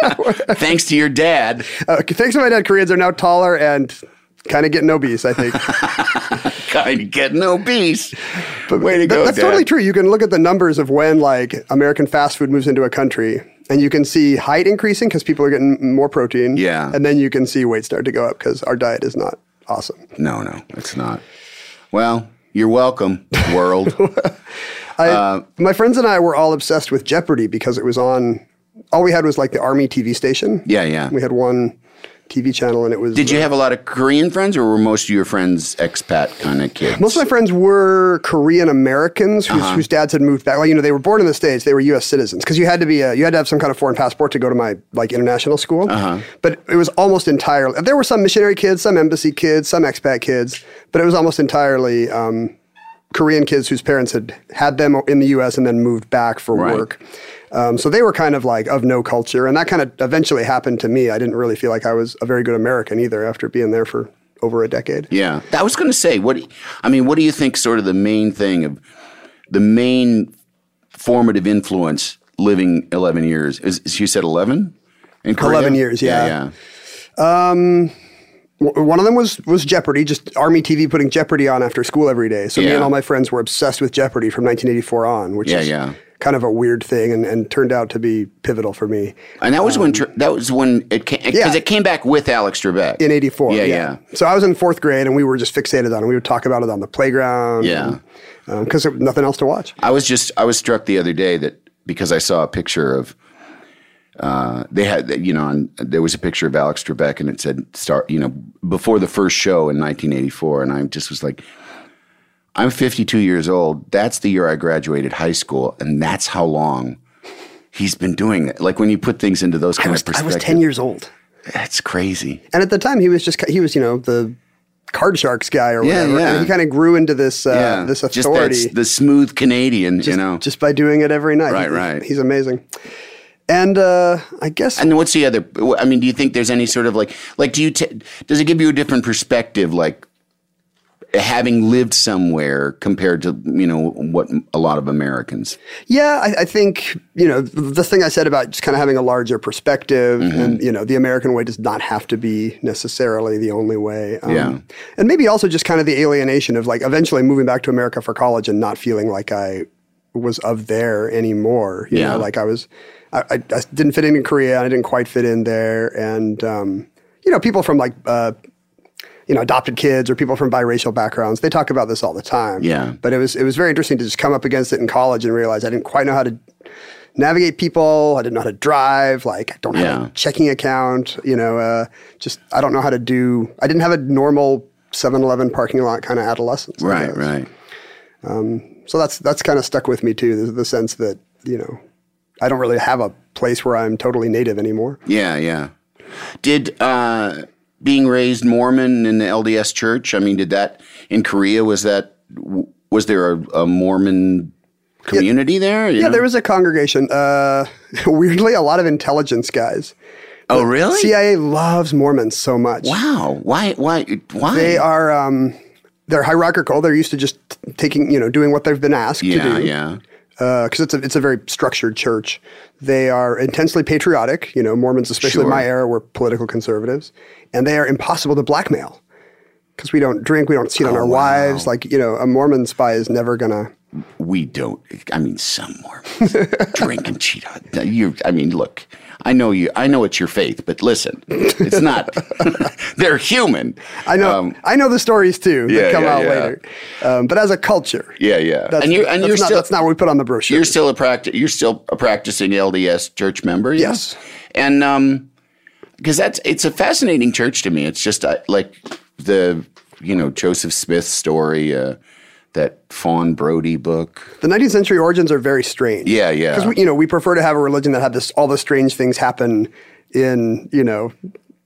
[SPEAKER 1] Thanks to your dad. <laughs>
[SPEAKER 2] Uh, thanks to my dad, Koreans are now taller and kind of getting obese, I think.
[SPEAKER 1] kind of getting obese. Way to
[SPEAKER 2] That-
[SPEAKER 1] go,
[SPEAKER 2] that's
[SPEAKER 1] Dad.
[SPEAKER 2] totally true. You can look at the numbers of when like American fast food moves into a country, and you can see height increasing because people are getting m- more protein.
[SPEAKER 1] Yeah.
[SPEAKER 2] and then you can see weight start to go up because our diet is not awesome.
[SPEAKER 1] No, no, it's not. Well, you're welcome,
[SPEAKER 2] <laughs>
[SPEAKER 1] world.
[SPEAKER 2] I, my friends and I were all obsessed with Jeopardy because it was on. All we had was like the Army TV station.
[SPEAKER 1] Yeah, yeah.
[SPEAKER 2] We had one TV channel, and it was.
[SPEAKER 1] Did you have a lot of Korean friends, or were most of your friends expat kind of kids?
[SPEAKER 2] Most of my friends were Korean Americans whose, whose dads had moved back. Like you know, they were born in the states. They were U.S. citizens because you had to be a, you had to have some kind of foreign passport to go to my like international school. But it was almost entirely there were some missionary kids, some embassy kids, some expat kids, but it was almost entirely um, Korean kids whose parents had had them in the U.S. and then moved back for
[SPEAKER 1] Right.
[SPEAKER 2] work. Um, so they were kind of like of no culture, and that kind of eventually happened to me. I didn't really feel like I was a very good American either after being there for over a decade.
[SPEAKER 1] yeah, I was going to say, what? do- I mean, what do you think? Sort of the main thing of the main formative influence living eleven years is, is you said eleven in Korea?
[SPEAKER 2] 11 years, yeah.
[SPEAKER 1] yeah.
[SPEAKER 2] W- One of them was was Jeopardy, just Army TV putting Jeopardy on after school every day. So me
[SPEAKER 1] Yeah.
[SPEAKER 2] and all my friends were obsessed with Jeopardy from 1984 on, which
[SPEAKER 1] Yeah,
[SPEAKER 2] is
[SPEAKER 1] yeah.
[SPEAKER 2] kind of a weird thing and, and turned out to be pivotal for me
[SPEAKER 1] And that was when tr- that was when it came because
[SPEAKER 2] Um, Yeah.
[SPEAKER 1] it came back with Alex Trebek
[SPEAKER 2] in 84.
[SPEAKER 1] Yeah, yeah,
[SPEAKER 2] So I was in fourth grade and we were just fixated on it. We would talk about it on the playground.
[SPEAKER 1] Yeah.
[SPEAKER 2] Because there was nothing else to watch.
[SPEAKER 1] I was just I was struck the other day that because I saw a picture of uh, they had you know on, there was a picture of Alex Trebek and it said start you know before the first show in 1984 and I just was like I'm 52 years old that's the year I graduated high school and that's how long he's been doing it like when you put things into those
[SPEAKER 2] I
[SPEAKER 1] kind
[SPEAKER 2] was,
[SPEAKER 1] of
[SPEAKER 2] I
[SPEAKER 1] perspectives
[SPEAKER 2] was 10 years old.
[SPEAKER 1] that's crazy
[SPEAKER 2] And at the time, he was just, ki- he was, you know, the card sharks guy or
[SPEAKER 1] Yeah,
[SPEAKER 2] whatever.
[SPEAKER 1] yeah.
[SPEAKER 2] And he kind of grew into this, uh, this
[SPEAKER 1] just that,
[SPEAKER 2] authority.
[SPEAKER 1] s- the smooth Canadian
[SPEAKER 2] just,
[SPEAKER 1] you know
[SPEAKER 2] just by doing it every night.
[SPEAKER 1] Right,
[SPEAKER 2] He-
[SPEAKER 1] right.
[SPEAKER 2] He's amazing. And uh, I guess
[SPEAKER 1] And what's the other? I mean, do you think there's any sort of like, like, do you t- does it give you a different perspective, like having lived somewhere compared to you know what a lot of Americans?
[SPEAKER 2] Yeah, I, I think you know th- the thing I said about just kind of having a larger perspective,
[SPEAKER 1] Mm-hmm.
[SPEAKER 2] and you know the American way does not have to be necessarily the only way. Um,
[SPEAKER 1] Yeah.
[SPEAKER 2] and maybe also just kind of the alienation of like eventually moving back to America for college and not feeling like I was of there anymore. You
[SPEAKER 1] Yeah.
[SPEAKER 2] know, like I was, I, I, I didn't fit in in Korea, and I didn't quite fit in there, and um, you know people from like. Uh, you know, adopted kids or people from biracial backgrounds. They talk about this all the time.
[SPEAKER 1] Yeah.
[SPEAKER 2] But it was it was very interesting to just come up against it in college and realize I didn't quite know how to navigate people. I didn't know how to drive. Like I don't have
[SPEAKER 1] Yeah.
[SPEAKER 2] a checking account. You know, uh, just I don't know how to do. I didn't have a normal 7-Eleven parking lot kind of adolescence. I guess.
[SPEAKER 1] right.
[SPEAKER 2] So that's that's kind of stuck with me too. The, the sense that you know, I don't really have a place where I'm totally native anymore.
[SPEAKER 1] Yeah, yeah. Did uh, being raised Mormon in the LDS Church? I mean, did that in Korea? Was that was there a, a Mormon community there?
[SPEAKER 2] Yeah, there was a congregation. Uh, <laughs> weirdly, a lot of intelligence guys.
[SPEAKER 1] Oh, really?
[SPEAKER 2] CIA loves Mormons so much.
[SPEAKER 1] Wow. Why? Why? Why?
[SPEAKER 2] They are um, they're hierarchical. They're used to just t- taking you know doing what they've been asked
[SPEAKER 1] Yeah,
[SPEAKER 2] to do.
[SPEAKER 1] yeah.
[SPEAKER 2] Because it's a it's a very structured church. They are intensely patriotic. You know, Mormons, especially in
[SPEAKER 1] Sure.
[SPEAKER 2] my era, were political conservatives, and they are impossible to blackmail because we don't drink, we don't cheat on
[SPEAKER 1] Oh,
[SPEAKER 2] our wives. Like you know, a Mormon spy is never gonna.
[SPEAKER 1] we don't. I mean, some Mormons drink and cheat on. You, I mean, look. I know you. I know it's your faith, but listen, it's not. <laughs> they're human.
[SPEAKER 2] I know I know the stories too
[SPEAKER 1] Um,
[SPEAKER 2] that
[SPEAKER 1] yeah,
[SPEAKER 2] come
[SPEAKER 1] yeah,
[SPEAKER 2] out
[SPEAKER 1] yeah.
[SPEAKER 2] later, um, but as a culture,
[SPEAKER 1] Yeah, yeah.
[SPEAKER 2] That's,
[SPEAKER 1] and you're and
[SPEAKER 2] that's
[SPEAKER 1] you're
[SPEAKER 2] not,
[SPEAKER 1] still
[SPEAKER 2] that's not what we put on the brochure.
[SPEAKER 1] you're still a practice. You're still a practicing LDS church member. yeah?
[SPEAKER 2] Yes.
[SPEAKER 1] and um, because that's it's a fascinating church to me. It's just uh, like the you know Joseph Smith story, uh, that Fawn Brody book.
[SPEAKER 2] The 19th century origins are very strange.
[SPEAKER 1] Yeah, yeah.
[SPEAKER 2] Because you know we prefer to have a religion that had this all the strange things happen in you know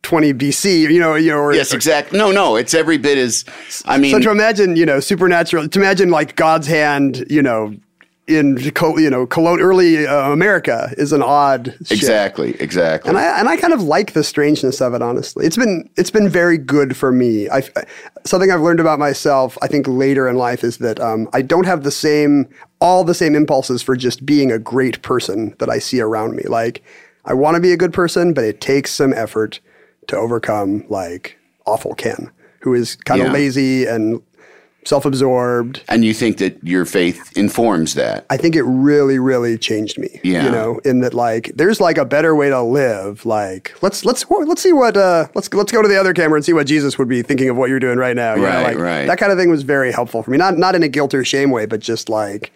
[SPEAKER 2] 20 BC. You know, you know. Or,
[SPEAKER 1] Yes, exactly. No, no, it's every bit as. I mean,
[SPEAKER 2] So to imagine you know supernatural, to imagine like God's hand, you know, in co- you know colon- early uh, America is an odd shit.
[SPEAKER 1] Exactly, exactly.
[SPEAKER 2] And I and I kind of like the strangeness of it. Honestly, it's been it's been very good for me. I something I've learned about myself. I think later in life is that um, I don't have the same all the same impulses for just being a great person that I see around me. Like I want to be a good person, but it takes some effort to overcome like awful Ken, who is kind
[SPEAKER 1] Yeah.
[SPEAKER 2] of lazy and self absorbed.
[SPEAKER 1] And you think that your faith informs that.
[SPEAKER 2] I think it really, really changed me.
[SPEAKER 1] Yeah.
[SPEAKER 2] You know, in that like there's like a better way to live. Like let's let's let's see what uh let's let's go to the other camera and see what Jesus would be thinking of what you're doing right now. you know,
[SPEAKER 1] Right,
[SPEAKER 2] like,
[SPEAKER 1] right.
[SPEAKER 2] That kind of thing was very helpful for me. Not not in a guilt or shame way, but just like,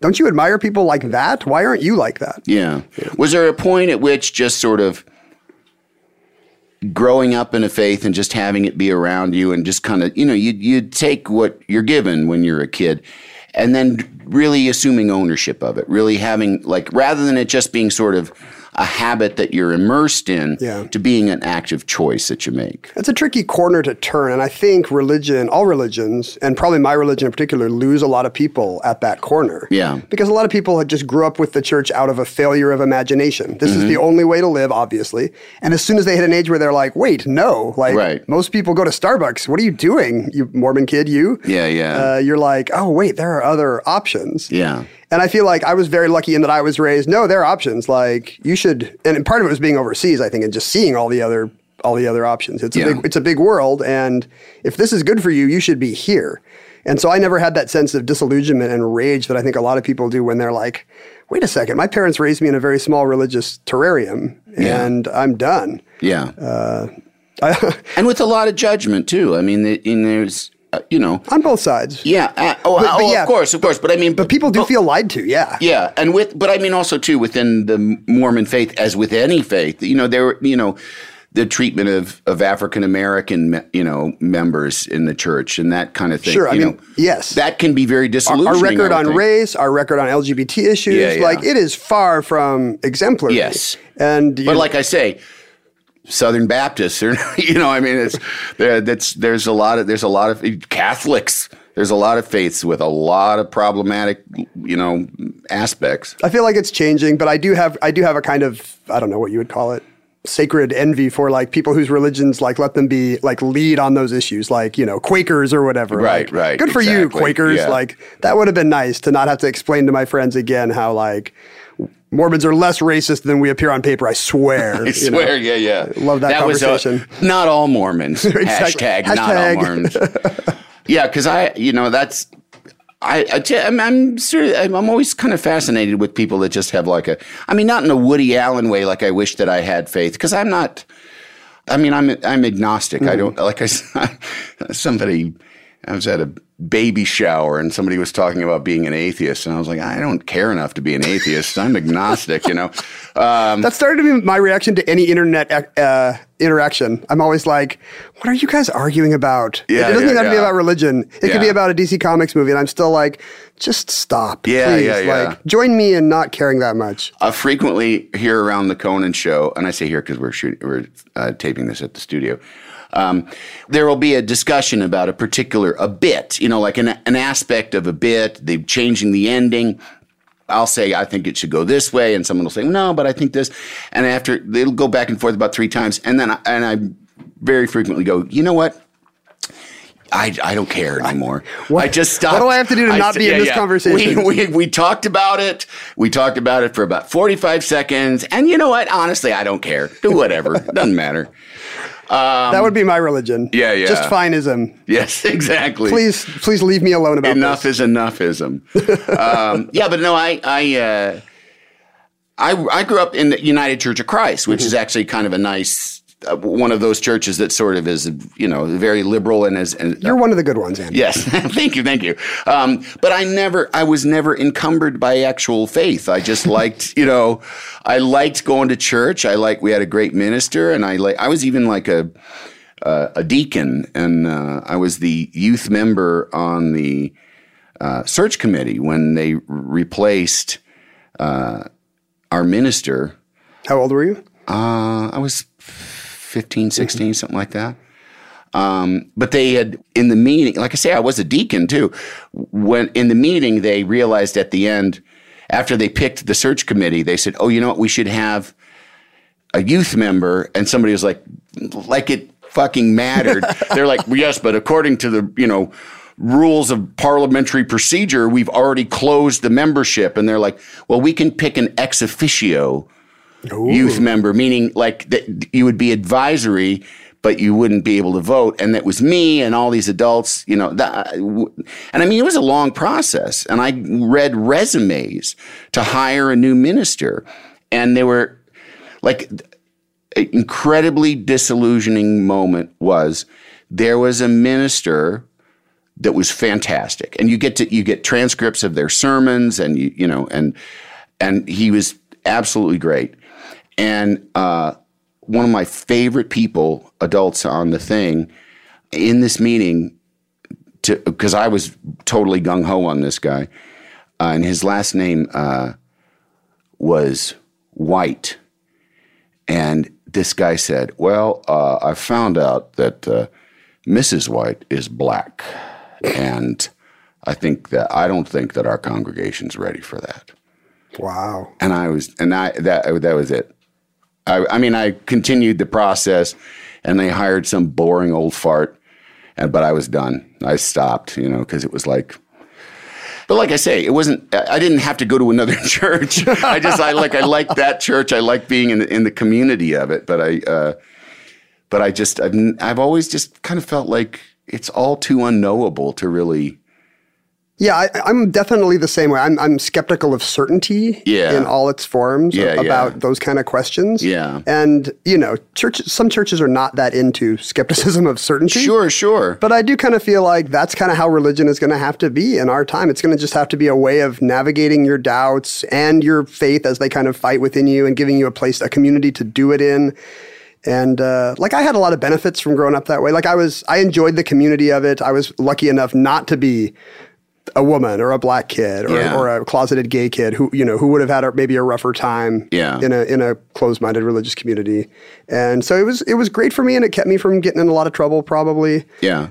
[SPEAKER 2] don't you admire people like that? Why aren't you like that?
[SPEAKER 1] Yeah. Was there a point at which just sort of growing up in a faith and just having it be around you and just kind of, you know, you you take what you're given when you're a kid and then really assuming ownership of it, really having like rather than it just being sort of a habit that you're immersed in
[SPEAKER 2] Yeah.
[SPEAKER 1] to being an active choice that you make.
[SPEAKER 2] It's a tricky corner to turn, and I think religion, all religions, and probably my religion in particular, lose a lot of people at that corner.
[SPEAKER 1] Yeah.
[SPEAKER 2] Because a lot of people had just grew up with the church out of a failure of imagination. This
[SPEAKER 1] Mm-hmm.
[SPEAKER 2] is the only way to live, obviously. And as soon as they hit an age where they're like, wait, no, like
[SPEAKER 1] Right.
[SPEAKER 2] most people go to Starbucks. What are you doing, you Mormon kid, you?
[SPEAKER 1] Yeah, yeah.
[SPEAKER 2] Uh, you're like, oh, wait, there are other options.
[SPEAKER 1] yeah.
[SPEAKER 2] And I feel like I was very lucky in that I was raised. No, there are options. Like you should, and part of it was being overseas, I think, and just seeing all the other all the other options. It's a
[SPEAKER 1] Yeah.
[SPEAKER 2] big it's a big world, and if this is good for you, you should be here. And so I never had that sense of disillusionment and rage that I think a lot of people do when they're like, "Wait a second, my parents raised me in a very small religious terrarium,
[SPEAKER 1] Yeah.
[SPEAKER 2] and I'm done." <laughs>
[SPEAKER 1] Yeah. and with a lot of judgment too. I mean, the, and there's, uh, you know,
[SPEAKER 2] On both sides,
[SPEAKER 1] yeah. Uh, oh,
[SPEAKER 2] But- but
[SPEAKER 1] oh
[SPEAKER 2] yeah,
[SPEAKER 1] of course, of course. But I mean,
[SPEAKER 2] but people do feel lied to. Yeah,
[SPEAKER 1] Yeah, and with but I mean also too within the Mormon faith, as with any faith, you know there were you know the treatment of of African American me- you know members in the church and that kind of thing.
[SPEAKER 2] Sure, I
[SPEAKER 1] you
[SPEAKER 2] mean,
[SPEAKER 1] know,
[SPEAKER 2] yes.
[SPEAKER 1] that can be very disillusioning.
[SPEAKER 2] our record
[SPEAKER 1] I would
[SPEAKER 2] on
[SPEAKER 1] think.
[SPEAKER 2] race, our record on LGBT issues,
[SPEAKER 1] Yeah, yeah.
[SPEAKER 2] like it is far from exemplary.
[SPEAKER 1] Yes.
[SPEAKER 2] and you,
[SPEAKER 1] but like I say. Southern Baptists, or <laughs> you know, I mean, it's there, that's there's a lot of there's a lot of Catholics, there's a lot of faiths with a lot of problematic, you know, aspects.
[SPEAKER 2] I feel like it's changing, but I do have I do have a kind of I don't know what you would call it sacred envy for like people whose religions like let them be like lead on those issues like you know quakers or whatever
[SPEAKER 1] Right,
[SPEAKER 2] Like,
[SPEAKER 1] right,
[SPEAKER 2] good for you
[SPEAKER 1] exactly,
[SPEAKER 2] quakers
[SPEAKER 1] yeah.
[SPEAKER 2] like that would have been nice to not have to explain to my friends again how like mormons are less racist than we appear on paper i
[SPEAKER 1] <laughs>
[SPEAKER 2] swear
[SPEAKER 1] I
[SPEAKER 2] you know?
[SPEAKER 1] swear, yeah, yeah.
[SPEAKER 2] Love that
[SPEAKER 1] was, uh,
[SPEAKER 2] conversation.
[SPEAKER 1] not all Mormons.
[SPEAKER 2] <laughs> Exactly.
[SPEAKER 1] Hashtag, not all
[SPEAKER 2] Hashtag. <laughs>
[SPEAKER 1] Mormons. yeah, because I, you know, that's. I, I t- I'm, I'm sure I'm I'm always kind of fascinated with people that just have like a I mean not in a Woody Allen way like I wish that I had faith because I'm not I mean, I'm I'm agnostic. I
[SPEAKER 2] Mm-hmm.
[SPEAKER 1] don't like I s- <laughs> somebody. I was at a baby shower and somebody was talking about being an atheist, and I was like, I don't care enough to be an atheist. I'm agnostic, you
[SPEAKER 2] <laughs>
[SPEAKER 1] know. Um,
[SPEAKER 2] That started to be my reaction to any internet ac- uh, interaction. I'm always like, what are you guys arguing about? It-
[SPEAKER 1] Yeah,
[SPEAKER 2] it doesn't
[SPEAKER 1] yeah,
[SPEAKER 2] even have to be
[SPEAKER 1] yeah.
[SPEAKER 2] about religion. It could be
[SPEAKER 1] Yeah.
[SPEAKER 2] about a DC Comics movie. And I'm still like, just stop.
[SPEAKER 1] Yeah,
[SPEAKER 2] please.
[SPEAKER 1] yeah, yeah.
[SPEAKER 2] Like, join me in not caring that much.
[SPEAKER 1] I frequently hear around the Conan show, and I say here because we're shooting, we're uh, taping this at the studio. Um, there will be a discussion about a particular a bit, you know, like an an aspect of a bit. They're changing the ending. I'll say I think it should go this way, and someone will say no, but I think this. And after it'll go back and forth about three times, and then I, and I very frequently go, you know what? I, I don't care anymore. I just stopped.
[SPEAKER 2] what do I have to do to not
[SPEAKER 1] said-
[SPEAKER 2] be in this conversation?
[SPEAKER 1] We, we, we talked about it. We talked about it for about 45 seconds. And you know what? Honestly, I don't care. Do whatever.
[SPEAKER 2] <laughs>
[SPEAKER 1] Doesn't matter.
[SPEAKER 2] that would be my religion.
[SPEAKER 1] Um, yeah, yeah.
[SPEAKER 2] Just fineism.
[SPEAKER 1] Yes, exactly.
[SPEAKER 2] Please, please leave me alone about
[SPEAKER 1] enough
[SPEAKER 2] this.
[SPEAKER 1] is
[SPEAKER 2] <laughs>
[SPEAKER 1] enoughism. um, yeah, but no, I I, uh, I I grew up in the United Church of Christ, which
[SPEAKER 2] Mm-hmm.
[SPEAKER 1] is actually kind of a nice uh, one of those churches that sort of is you know very liberal and is and,
[SPEAKER 2] You're one of the good ones, Andy.
[SPEAKER 1] Yes, <laughs> thank you, thank you. Um, but I never, I was never encumbered by actual faith. I just liked, you know, I liked going to church. I like we had a great minister, and I like I was even like a uh, a deacon, and uh, I was the youth member on the uh, search committee when they replaced uh, our minister.
[SPEAKER 2] How old were you?
[SPEAKER 1] Uh, I was 15, 16, something like that. Um, but they had in the meeting, like I say, I was a deacon too. When in the meeting, they realized at the end, after they picked the search committee, they said, "Oh, you know what? We should have a youth member." And somebody was like, "Like it fucking mattered." They're like, "Yes, but according to the you know." Rules of parliamentary procedure, we've already closed the membership. And they're like, well, we can pick an ex officio youth member, meaning like that you would be advisory, but you wouldn't be able to vote. And that was me and all these adults, you know. That, uh, and I mean, it was a long process. And I read resumes to hire a new minister, and they were like, an incredibly disillusioning moment was there was a minister that was fantastic and you get to you get transcripts of their sermons and you, you know and and he was absolutely great and uh, one of my favorite people adults on the thing in this meeting to because i was totally gung-ho on this guy uh, and his last name uh, was white and this guy said, Well, uh, I found out that uh, Mrs. White is black. And I think that I don't think that our congregation's ready for that.
[SPEAKER 2] Wow.
[SPEAKER 1] And I was, and I, that, that was it. I, I mean, I continued the process and they hired some boring old fart, and, but I was done. I stopped, you know, because it was like, but like I say, it wasn't. I didn't have to go to another <laughs> church. I just I like I like that church. I like being in the, in the community of it. But I, uh, but I just I've I've always just kind of felt like it's all too unknowable to really.
[SPEAKER 2] Yeah, I, I'm definitely the same way. I'm I'm skeptical of certainty
[SPEAKER 1] Yeah.
[SPEAKER 2] in all its forms
[SPEAKER 1] Yeah, yeah.
[SPEAKER 2] about those kind of questions.
[SPEAKER 1] Yeah.
[SPEAKER 2] and you know, churches. Some churches are not that into skepticism of certainty.
[SPEAKER 1] Sure, sure.
[SPEAKER 2] But I do kind of feel like that's kind of how religion is going to have to be in our time. It's going to just have to be a way of navigating your doubts and your faith as they kind of fight within you and giving you a place, a community to do it in. And uh, like I had a lot of benefits from growing up that way. Like I was, I enjoyed the community of it. I was lucky enough not to be a woman or a black kid or,
[SPEAKER 1] Yeah.
[SPEAKER 2] or a closeted gay kid who you know who would have had a, maybe a rougher time
[SPEAKER 1] Yeah.
[SPEAKER 2] in a in a closed-minded religious community. And so it was it was great for me and it kept me from getting in a lot of trouble probably
[SPEAKER 1] yeah,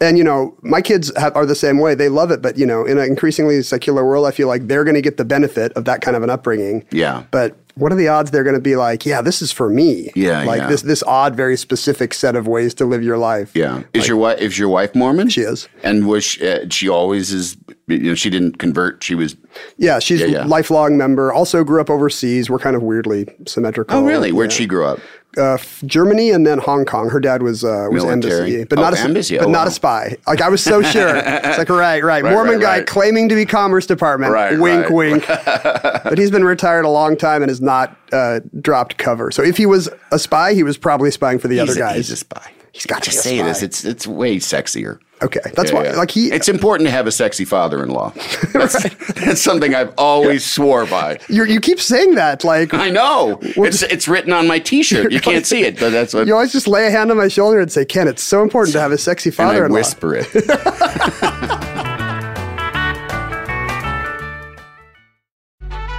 [SPEAKER 2] and you know my kids have, are the same way they love it but you know in an increasingly secular world i feel like they're going to get the benefit of that kind of an upbringing
[SPEAKER 1] Yeah.
[SPEAKER 2] but what are the odds they're going to be like yeah this is for me
[SPEAKER 1] Yeah,
[SPEAKER 2] like
[SPEAKER 1] yeah.
[SPEAKER 2] this this odd very specific set of ways to live your life
[SPEAKER 1] yeah. Is your wife is your wife Mormon?
[SPEAKER 2] She is.
[SPEAKER 1] And was she, uh, she always is? You know, she didn't convert. She was.
[SPEAKER 2] yeah she's
[SPEAKER 1] Yeah, yeah.
[SPEAKER 2] lifelong member also grew up overseas we're kind of weirdly symmetrical
[SPEAKER 1] Oh, really? Where'd
[SPEAKER 2] Yeah.
[SPEAKER 1] she grow up?
[SPEAKER 2] uh, f- Germany and then Hong Kong. Her dad was uh, was
[SPEAKER 1] Military.
[SPEAKER 2] embassy, but
[SPEAKER 1] Oh,
[SPEAKER 2] not a,
[SPEAKER 1] embassy.
[SPEAKER 2] but
[SPEAKER 1] Oh,
[SPEAKER 2] not
[SPEAKER 1] wow.
[SPEAKER 2] a spy. Like I was
[SPEAKER 1] <laughs>
[SPEAKER 2] so sure. It's like right, right,
[SPEAKER 1] Right,
[SPEAKER 2] Mormon
[SPEAKER 1] right,
[SPEAKER 2] guy
[SPEAKER 1] right.
[SPEAKER 2] claiming to be Commerce Department.
[SPEAKER 1] Right,
[SPEAKER 2] wink,
[SPEAKER 1] right. <laughs>
[SPEAKER 2] wink. but he's been retired a long time and has not uh, dropped cover. So if he was a spy, he was probably spying for the
[SPEAKER 1] He's
[SPEAKER 2] other
[SPEAKER 1] a-
[SPEAKER 2] guys.
[SPEAKER 1] He's a spy.
[SPEAKER 2] He's got to
[SPEAKER 1] Just
[SPEAKER 2] be a
[SPEAKER 1] say this.
[SPEAKER 2] spy.
[SPEAKER 1] It's it's way sexier.
[SPEAKER 2] okay, that's why.
[SPEAKER 1] Yeah.
[SPEAKER 2] Like he,
[SPEAKER 1] it's important to have a sexy
[SPEAKER 2] <laughs>
[SPEAKER 1] father-in-law. That's, that's something I've always swore by.
[SPEAKER 2] you're, you keep saying that.
[SPEAKER 1] <laughs>
[SPEAKER 2] Like
[SPEAKER 1] I know it's it's written on my T-shirt. You can't see it, but that's what.
[SPEAKER 2] you always just lay a hand on my shoulder and say, "Ken, it's so important to have a sexy
[SPEAKER 1] And I
[SPEAKER 2] father-in-law."
[SPEAKER 1] whisper it. <laughs>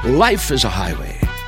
[SPEAKER 3] Life is a highway,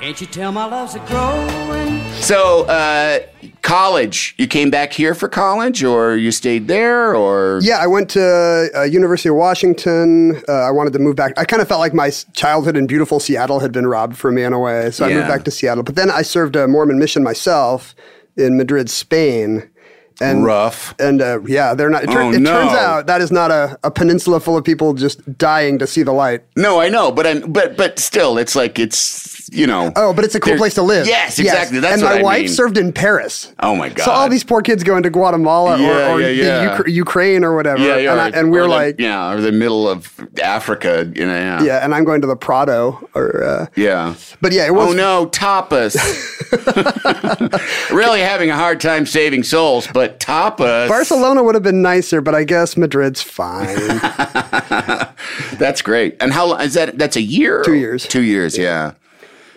[SPEAKER 4] Can't you tell my love's a growing?
[SPEAKER 1] So, uh, college. You came back here for college, or you stayed there, or
[SPEAKER 2] Yeah, I went to uh, University of Washington. Uh, I wanted to move back. I kind of felt like my s- childhood in beautiful Seattle had been robbed from me in a way, so I
[SPEAKER 1] Yeah.
[SPEAKER 2] moved back to Seattle. But then I served a Mormon mission myself in Madrid, Spain. And
[SPEAKER 1] rough.
[SPEAKER 2] and uh, yeah, they're not. It, tur-
[SPEAKER 1] Oh,
[SPEAKER 2] it
[SPEAKER 1] no.
[SPEAKER 2] turns out that is not a, a peninsula full of people just dying to see the light.
[SPEAKER 1] No, I know, but I'm but but still, it's like it's you know.
[SPEAKER 2] Oh, but it's a cool
[SPEAKER 1] they're-
[SPEAKER 2] place to live.
[SPEAKER 1] Yes,
[SPEAKER 2] Yes.
[SPEAKER 1] exactly. That's
[SPEAKER 2] and
[SPEAKER 1] what
[SPEAKER 2] my
[SPEAKER 1] I
[SPEAKER 2] wife
[SPEAKER 1] mean.
[SPEAKER 2] served in Paris.
[SPEAKER 1] Oh, my
[SPEAKER 2] So all
[SPEAKER 1] God.
[SPEAKER 2] these poor kids going to Guatemala
[SPEAKER 1] Yeah,
[SPEAKER 2] or, or
[SPEAKER 1] yeah,
[SPEAKER 2] the
[SPEAKER 1] yeah.
[SPEAKER 2] Ukra- Ukraine or whatever.
[SPEAKER 1] Yeah, yeah.
[SPEAKER 2] and,
[SPEAKER 1] or-
[SPEAKER 2] I, and we're
[SPEAKER 1] or the-
[SPEAKER 2] like, yeah.
[SPEAKER 1] yeah, or the middle of Africa, you know. Yeah.
[SPEAKER 2] and I'm going to the Prado or, uh,
[SPEAKER 1] Yeah.
[SPEAKER 2] but yeah, it was.
[SPEAKER 1] oh no,
[SPEAKER 2] <laughs>
[SPEAKER 1] tapas. really having a hard time saving souls, but tapas.
[SPEAKER 2] Barcelona would have been nicer, but I guess Madrid's
[SPEAKER 1] <laughs>
[SPEAKER 2] fine.
[SPEAKER 1] That's great. And how long is that? That's a year?
[SPEAKER 2] Two years.
[SPEAKER 1] Two years, yeah.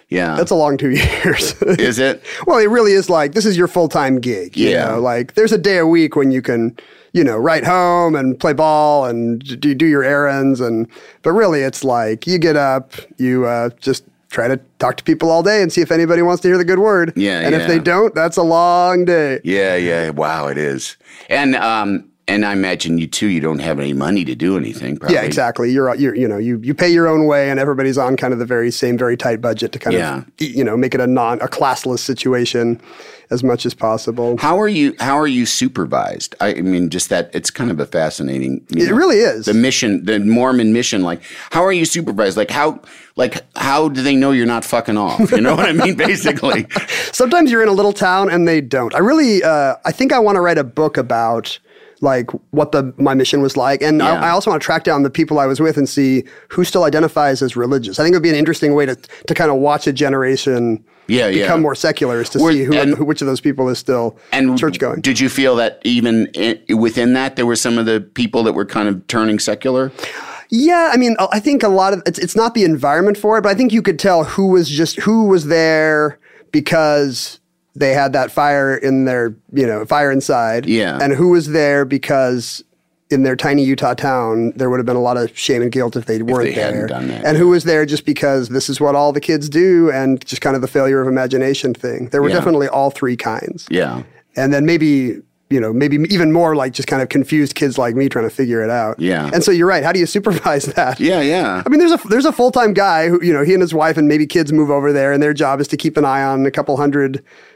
[SPEAKER 1] Yeah.
[SPEAKER 2] That's a long two years. <laughs>
[SPEAKER 1] Is it?
[SPEAKER 2] well, it really is like this is your full time gig. You
[SPEAKER 1] Yeah.
[SPEAKER 2] know? Like there's a day a week when you can, you know, write home and play ball and do, do your errands and. But really, it's like you get up, you uh, just try to talk to people all day and see if anybody wants to hear the good word.
[SPEAKER 1] Yeah,
[SPEAKER 2] And
[SPEAKER 1] yeah.
[SPEAKER 2] if they don't, that's a long day.
[SPEAKER 1] Yeah, yeah. Wow, it is. And um and I imagine you too, you don't have any money to do anything, probably.
[SPEAKER 2] Yeah, exactly. You're, you're you know you you pay your own way, and everybody's on kind of the very same very tight budget to kind
[SPEAKER 1] Yeah.
[SPEAKER 2] of you know make it a non a classless situation as much as possible.
[SPEAKER 1] How are you how are you supervised? I, I mean just that it's kind of a fascinating you
[SPEAKER 2] It really is.
[SPEAKER 1] The mission, the Mormon mission, like how are you supervised? Like how like how do they know you're not fucking off? You know what I mean? <laughs> Basically.
[SPEAKER 2] Sometimes you're in a little town and they don't. I really, uh, I think I want to write a book about like what the my mission was like, and
[SPEAKER 1] Yeah.
[SPEAKER 2] I, I also want to track down the people I was with and see who still identifies as religious. I think it would be an interesting way to to kind of watch a generation.
[SPEAKER 1] Yeah, yeah.
[SPEAKER 2] become more secular is to
[SPEAKER 1] Were-
[SPEAKER 2] see who,
[SPEAKER 1] and-
[SPEAKER 2] who which of those people is still
[SPEAKER 1] And
[SPEAKER 2] church going.
[SPEAKER 1] Did you feel that even i within that there were some of the people that were kind of turning secular?
[SPEAKER 2] Yeah, I mean, uh, I think a lot of it's, it's not the environment for it, but I think you could tell who was just who was there because they had that fire in their you know fire inside,
[SPEAKER 1] Yeah.
[SPEAKER 2] and who was there because in their tiny Utah town there would have been a lot of shame and guilt if they weren't
[SPEAKER 1] hadn't
[SPEAKER 2] there,
[SPEAKER 1] done that,
[SPEAKER 2] and who was there just because this is what all the kids do, and just kind of the failure of imagination thing. There were
[SPEAKER 1] Yeah.
[SPEAKER 2] definitely all three kinds,
[SPEAKER 1] Yeah.
[SPEAKER 2] and then maybe you know maybe even more like just kind of confused kids like me trying to figure it out
[SPEAKER 1] Yeah.
[SPEAKER 2] and so you're right how do you supervise <laughs> that
[SPEAKER 1] Yeah, yeah.
[SPEAKER 2] i mean there's a there's a full-time guy who you know he and his wife and maybe kids move over there and their job is to keep an eye on a couple hundred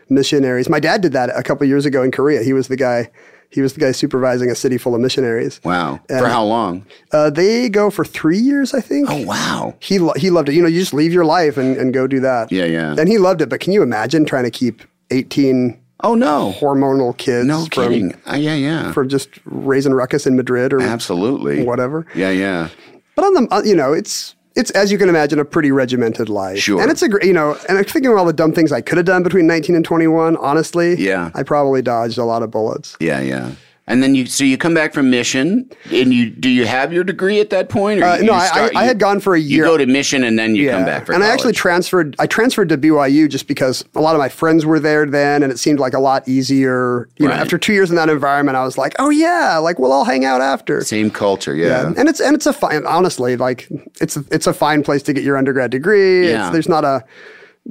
[SPEAKER 2] missionaries my dad did that a couple years ago in korea he was the guy he was the guy supervising a city full of missionaries
[SPEAKER 1] Wow. For how long?
[SPEAKER 2] uh, they go for three years i think
[SPEAKER 1] Oh, wow.
[SPEAKER 2] he, lo- he loved it. You know, you just leave your life and, and go do that.
[SPEAKER 1] Yeah, yeah.
[SPEAKER 2] And he loved it. But can you imagine trying to keep 18
[SPEAKER 1] Oh, no.
[SPEAKER 2] hormonal kids
[SPEAKER 1] No
[SPEAKER 2] from,
[SPEAKER 1] kidding. Uh, yeah, yeah.
[SPEAKER 2] from just raising ruckus in Madrid or
[SPEAKER 1] Absolutely.
[SPEAKER 2] whatever.
[SPEAKER 1] Yeah, yeah.
[SPEAKER 2] But on the uh, you know it's it's as you can imagine a pretty regimented life.
[SPEAKER 1] Sure.
[SPEAKER 2] And it's a great you know and I'm thinking of all the dumb things I could have done between 19 and 21. Honestly,
[SPEAKER 1] Yeah.
[SPEAKER 2] I probably dodged a lot of bullets.
[SPEAKER 1] Yeah, yeah. And then you, so you come back from mission, and you do you have your degree at that point? Or
[SPEAKER 2] Uh,
[SPEAKER 1] you-
[SPEAKER 2] no,
[SPEAKER 1] you
[SPEAKER 2] I-
[SPEAKER 1] start-
[SPEAKER 2] I- I
[SPEAKER 1] you-
[SPEAKER 2] had gone for a
[SPEAKER 1] You
[SPEAKER 2] year.
[SPEAKER 1] go to mission, and then you come back for
[SPEAKER 2] and I
[SPEAKER 1] college.
[SPEAKER 2] actually transferred. I transferred to BYU just because a lot of my friends were there then, and it seemed like a lot easier. You
[SPEAKER 1] Right.
[SPEAKER 2] know, after two years in that environment, I was like, oh yeah, like we'll all hang out after.
[SPEAKER 1] same culture. Yeah,
[SPEAKER 2] Um, and it's and it's a fine honestly like it's a, it's a fine place to get your undergrad degree
[SPEAKER 1] Yeah.
[SPEAKER 2] it's, there's not a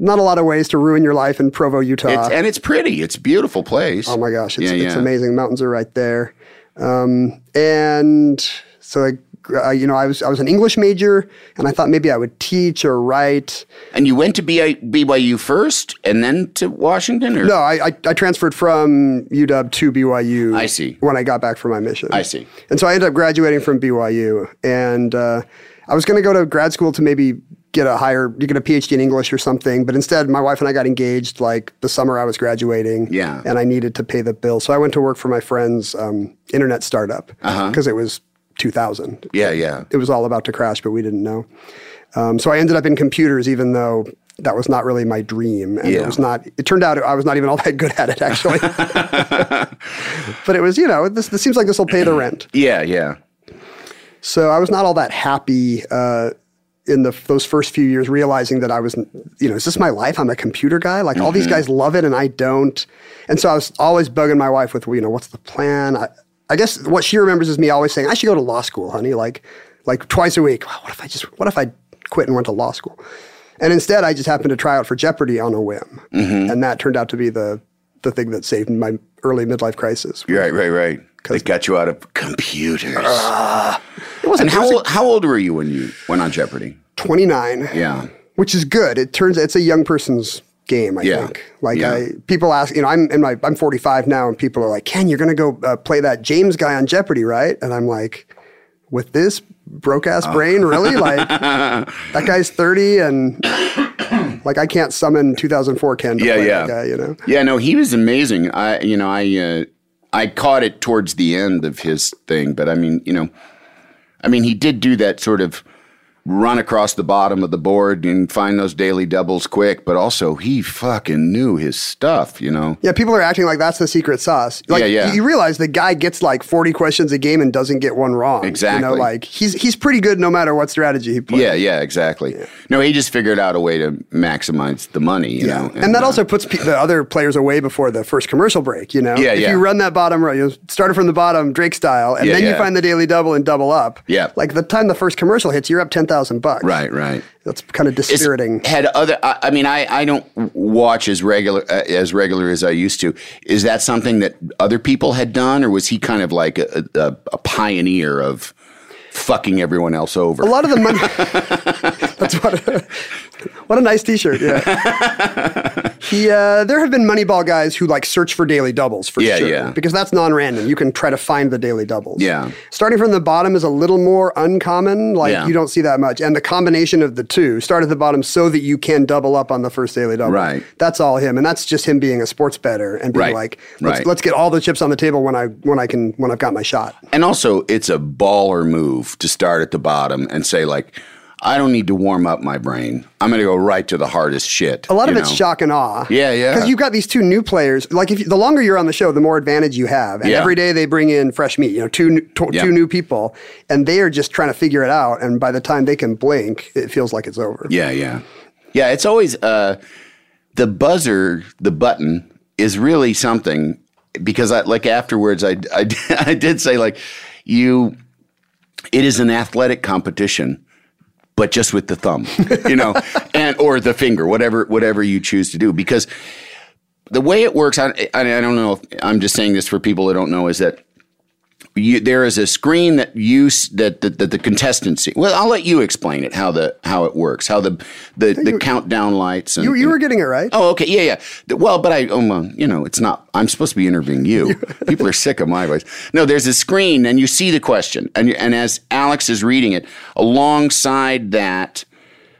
[SPEAKER 2] not a lot of ways to ruin your life in provo utah
[SPEAKER 1] it's, and it's pretty. It's a beautiful place.
[SPEAKER 2] oh my gosh it's,
[SPEAKER 1] Yeah,
[SPEAKER 2] it's
[SPEAKER 1] yeah.
[SPEAKER 2] amazing mountains are right there um, and so I, gr- uh, you know i was i was an english major and i thought maybe i would teach or write
[SPEAKER 1] And you went to BI- BYU first, and then to Washington, or
[SPEAKER 2] no i i, I transferred from uw to byu
[SPEAKER 1] I see.
[SPEAKER 2] when i got back from my mission
[SPEAKER 1] I see.
[SPEAKER 2] And so I ended up graduating from BYU, and uh, I was going to go to grad school to maybe get a higher, you get a PhD in English or something. But instead, my wife and I got engaged like the summer I was graduating.
[SPEAKER 1] Yeah.
[SPEAKER 2] And I needed to pay the bill, so I went to work for my friend's um, internet startup
[SPEAKER 1] Uh-huh.
[SPEAKER 2] because it was 2000.
[SPEAKER 1] Yeah, yeah.
[SPEAKER 2] It was all about to crash, but we didn't know. Um, so I ended up in computers, even though. That was not really my dream, and
[SPEAKER 1] Yeah.
[SPEAKER 2] it was not. It turned out I was not even all that good at it,
[SPEAKER 1] <laughs>
[SPEAKER 2] actually. <laughs> but it was, you know, this, this seems like this will pay the rent.
[SPEAKER 1] Yeah, yeah.
[SPEAKER 2] So I was not all that happy uh, in the those first few years, realizing that I was, you know, is this my life? I'm a computer guy. Like all these guys love it, and I don't. And so I was always bugging my wife with, well, you know, what's the plan? I, I guess what she remembers is me always saying, I should go to law school, honey. Like, like twice a week. Wow, what if I just? What if I quit and went to law school? And instead, I just happened to try out for Jeopardy on a whim, and that turned out to be the the thing that saved my early midlife crisis.
[SPEAKER 1] You're right, right, right. They got you out of
[SPEAKER 2] <laughs>
[SPEAKER 1] computers.
[SPEAKER 2] It wasn't
[SPEAKER 1] and
[SPEAKER 2] it
[SPEAKER 1] how
[SPEAKER 2] was a-
[SPEAKER 1] old, how old were you when you went on Jeopardy?
[SPEAKER 2] 29.
[SPEAKER 1] Yeah.
[SPEAKER 2] Which is good. It turns it's a young person's game, I
[SPEAKER 1] Yeah.
[SPEAKER 2] think. Like
[SPEAKER 1] Yeah.
[SPEAKER 2] I people ask, you know, I'm in my I'm 45 now and people are like, "Ken, you're going to go uh, play that James guy on Jeopardy, right?" And I'm like, "With
[SPEAKER 1] Oh. <laughs>
[SPEAKER 2] this broke ass brain, really? Like that guy's 30 and Like I can't summon 2004 Ken. To
[SPEAKER 1] yeah,
[SPEAKER 2] play
[SPEAKER 1] yeah,
[SPEAKER 2] That guy, you know.
[SPEAKER 1] Yeah, no, he was amazing. I, you know, I, uh, I caught it towards the end of his thing, but I mean, you know, I mean, he did do that sort of run across the bottom of the board and find those daily doubles quick, but also he fucking knew his stuff, you know.
[SPEAKER 2] Yeah, people are acting like that's the secret sauce. Like,
[SPEAKER 1] Yeah, yeah.
[SPEAKER 2] You, you realize the guy gets like 40 questions a game and doesn't get one wrong. You know,
[SPEAKER 1] Exactly.
[SPEAKER 2] like he's he's pretty good no matter what strategy he plays.
[SPEAKER 1] Yeah, yeah, exactly. No, he just figured out a way to maximize the money, you know.
[SPEAKER 2] and, that
[SPEAKER 1] uh,
[SPEAKER 2] also puts pe- the other players away before the first commercial break. You know,
[SPEAKER 1] Yeah,
[SPEAKER 2] if
[SPEAKER 1] yeah.
[SPEAKER 2] you run that bottom row, you start it from the bottom, Drake style, and
[SPEAKER 1] Yeah,
[SPEAKER 2] then you
[SPEAKER 1] yeah.
[SPEAKER 2] find the daily double and double up.
[SPEAKER 1] Yeah.
[SPEAKER 2] like the time the first commercial hits, you're up ten thousand bucks.
[SPEAKER 1] right, right.
[SPEAKER 2] that's kind of
[SPEAKER 1] It's-
[SPEAKER 2] dispiriting.
[SPEAKER 1] Had other, I, I mean, I, I don't w- watch as regular uh, as regular as I used to. Is that something that other people had done, or was he kind of like a, a, a pioneer of fucking everyone else over?
[SPEAKER 2] A lot of the money.
[SPEAKER 1] <laughs>
[SPEAKER 2] that's what. A, what a nice T-shirt. Yeah. he, uh, there have been Moneyball guys who like search for daily doubles for
[SPEAKER 1] Yeah,
[SPEAKER 2] sure,
[SPEAKER 1] yeah.
[SPEAKER 2] because that's non-random. You can try to find the daily doubles.
[SPEAKER 1] Yeah.
[SPEAKER 2] Starting from the bottom is a little more uncommon. Like
[SPEAKER 1] Yeah.
[SPEAKER 2] you don't see that much, and the combination of the two start at the bottom so that you can double up on the first daily double.
[SPEAKER 1] Right.
[SPEAKER 2] That's all him, and that's just him being a sports better and being
[SPEAKER 1] Right,
[SPEAKER 2] like, let's,
[SPEAKER 1] right.
[SPEAKER 2] let's get all the chips on the table when I when I can when I've got my shot.
[SPEAKER 1] and also, it's a baller move to start at the bottom and say like, I don't need to warm up my brain. I'm going to go right to the hardest shit.
[SPEAKER 2] A lot of
[SPEAKER 1] you
[SPEAKER 2] it's
[SPEAKER 1] know?
[SPEAKER 2] shock and awe.
[SPEAKER 1] Yeah, yeah.
[SPEAKER 2] Because you've got these two new players. Like, if you, the longer you're on the show, the more advantage you have. And
[SPEAKER 1] Yeah.
[SPEAKER 2] every day they bring in fresh meat. You know, two new- tw-
[SPEAKER 1] Yeah.
[SPEAKER 2] two new people, and they are just trying to figure it out. And by the time they can blink, it feels like it's over.
[SPEAKER 1] Yeah, yeah. Yeah, it's always uh, the buzzer, the button is really something because I like afterwards I I, <laughs> I did say like you it is an athletic competition but just with the thumb, you
[SPEAKER 2] <laughs>
[SPEAKER 1] know, and or the finger, whatever whatever you choose to do because the way it works, I, I, I don't know if I'm just saying this for people that don't know, is that you, there is a screen that you s- that, that, that the contestants see. Well, I'll let you explain it how the how it works, how the the, the countdown lights. And,
[SPEAKER 2] You, you were getting it right.
[SPEAKER 1] Oh, okay, yeah, yeah. The- Well, but I, oh, well, you know, it's not. I'm supposed to be interviewing
[SPEAKER 2] <laughs>
[SPEAKER 1] you. People are sick of my voice. No, there's a screen, and you see the question, and you, and as Alex is reading it, alongside that,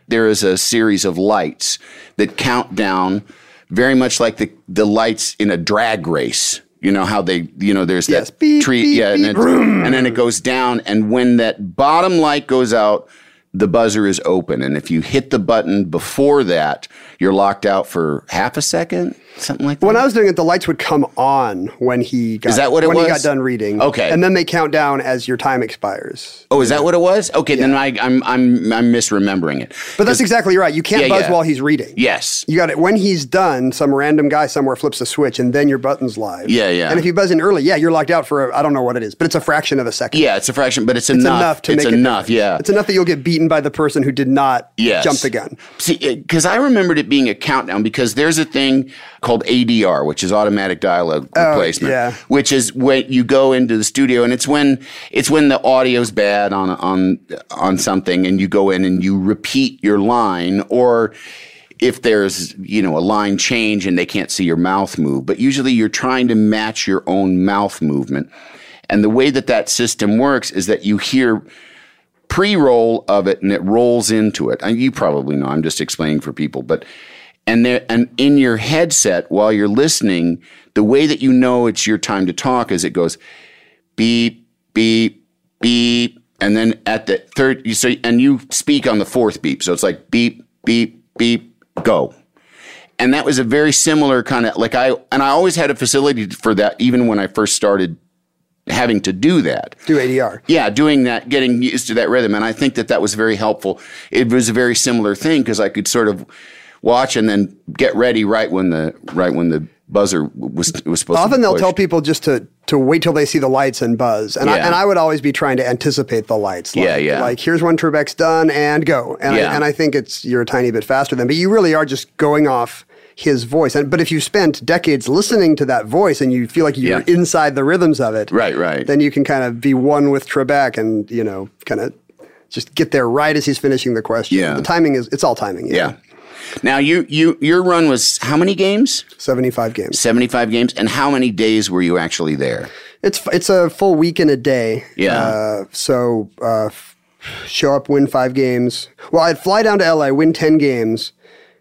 [SPEAKER 1] there is a series of lights that count down, very much like the the lights in a drag race. You know how they, you know, there's
[SPEAKER 2] Yes.
[SPEAKER 1] that
[SPEAKER 2] Beep,
[SPEAKER 1] tree,
[SPEAKER 2] beep,
[SPEAKER 1] yeah,
[SPEAKER 2] beep.
[SPEAKER 1] and, then, and then it goes down, and when that bottom light goes out, the buzzer is open, and if you hit the button before that, you're locked out for half a second, something like that.
[SPEAKER 2] When I was doing it, the lights would come on when he
[SPEAKER 1] Oh.
[SPEAKER 2] got,
[SPEAKER 1] Is that what it
[SPEAKER 2] when he got
[SPEAKER 1] was?
[SPEAKER 2] done reading.
[SPEAKER 1] Okay.
[SPEAKER 2] and then they count down as your time expires.
[SPEAKER 1] oh, is that what it was? Okay, then I, I'm I'm I'm misremembering it.
[SPEAKER 2] But that's exactly right. You can't
[SPEAKER 1] Yeah,
[SPEAKER 2] buzz
[SPEAKER 1] yeah.
[SPEAKER 2] while he's reading.
[SPEAKER 1] Yes,
[SPEAKER 2] You got it. When he's done, some random guy somewhere flips a switch, and then your button's live.
[SPEAKER 1] Yeah, yeah.
[SPEAKER 2] And if you buzz in early, yeah, you're locked out for I I don't know what it is, but it's a fraction of a second.
[SPEAKER 1] yeah, it's a fraction, but it's
[SPEAKER 2] it's
[SPEAKER 1] enough.
[SPEAKER 2] enough, to
[SPEAKER 1] it's
[SPEAKER 2] make
[SPEAKER 1] enough.
[SPEAKER 2] It
[SPEAKER 1] yeah,
[SPEAKER 2] it's enough that you'll get beaten by the person who did not
[SPEAKER 1] Yes.
[SPEAKER 2] jump the gun.
[SPEAKER 1] See, because I remembered it being a countdown because there's a thing called ADR, which is automatic dialogue replacement,
[SPEAKER 2] Oh, yeah.
[SPEAKER 1] which is when you go into the studio and it's when it's when the audio's bad on on on something and you go in and you repeat your line or if there's you know a line change and they can't see your mouth move, but usually you're trying to match your own mouth movement. And the way that that system works is that you hear pre-roll of it and it rolls into it. And you probably know, I'm just explaining for people, but and there and in your headset while you're listening, the way that you know it's your time to talk is it goes beep, beep, beep, and then at the third you say and you speak on the fourth beep. So it's like beep, beep, beep, go. And that was a very similar kind of like I and I always had a facility for that even when I first started having to do that
[SPEAKER 2] Do ADR.
[SPEAKER 1] yeah, doing that, getting used to that rhythm. And I think that that was very helpful. It was a very similar thing because I could sort of watch and then get ready right when the right when the buzzer was was supposed. to
[SPEAKER 2] Often
[SPEAKER 1] be
[SPEAKER 2] they'll
[SPEAKER 1] pushed.
[SPEAKER 2] tell people just to to wait till they see the lights and buzz, and I,
[SPEAKER 1] Yeah.
[SPEAKER 2] and I would always be trying to anticipate the lights. Like,
[SPEAKER 1] Yeah, yeah.
[SPEAKER 2] Like here's when Trebek's done and go, and
[SPEAKER 1] Yeah.
[SPEAKER 2] I, and I think it's you're a tiny bit faster than, but you really are just going off his voice. And but if you spent decades listening to that voice and you feel like you're
[SPEAKER 1] Yeah.
[SPEAKER 2] inside the rhythms of it,
[SPEAKER 1] Right, right.
[SPEAKER 2] then you can kind of be one with Trebek and you know kind of just get there right as he's finishing the question.
[SPEAKER 1] Yeah.
[SPEAKER 2] the timing is it's all timing.
[SPEAKER 1] yeah. Now you you your run was how many games?
[SPEAKER 2] seventy five games.
[SPEAKER 1] Seventy five games, and how many days were you actually there?
[SPEAKER 2] It's it's a full week and a day.
[SPEAKER 1] Yeah.
[SPEAKER 2] Uh, so uh, f- show up, win five games. Well, I'd fly down to LA, win ten games,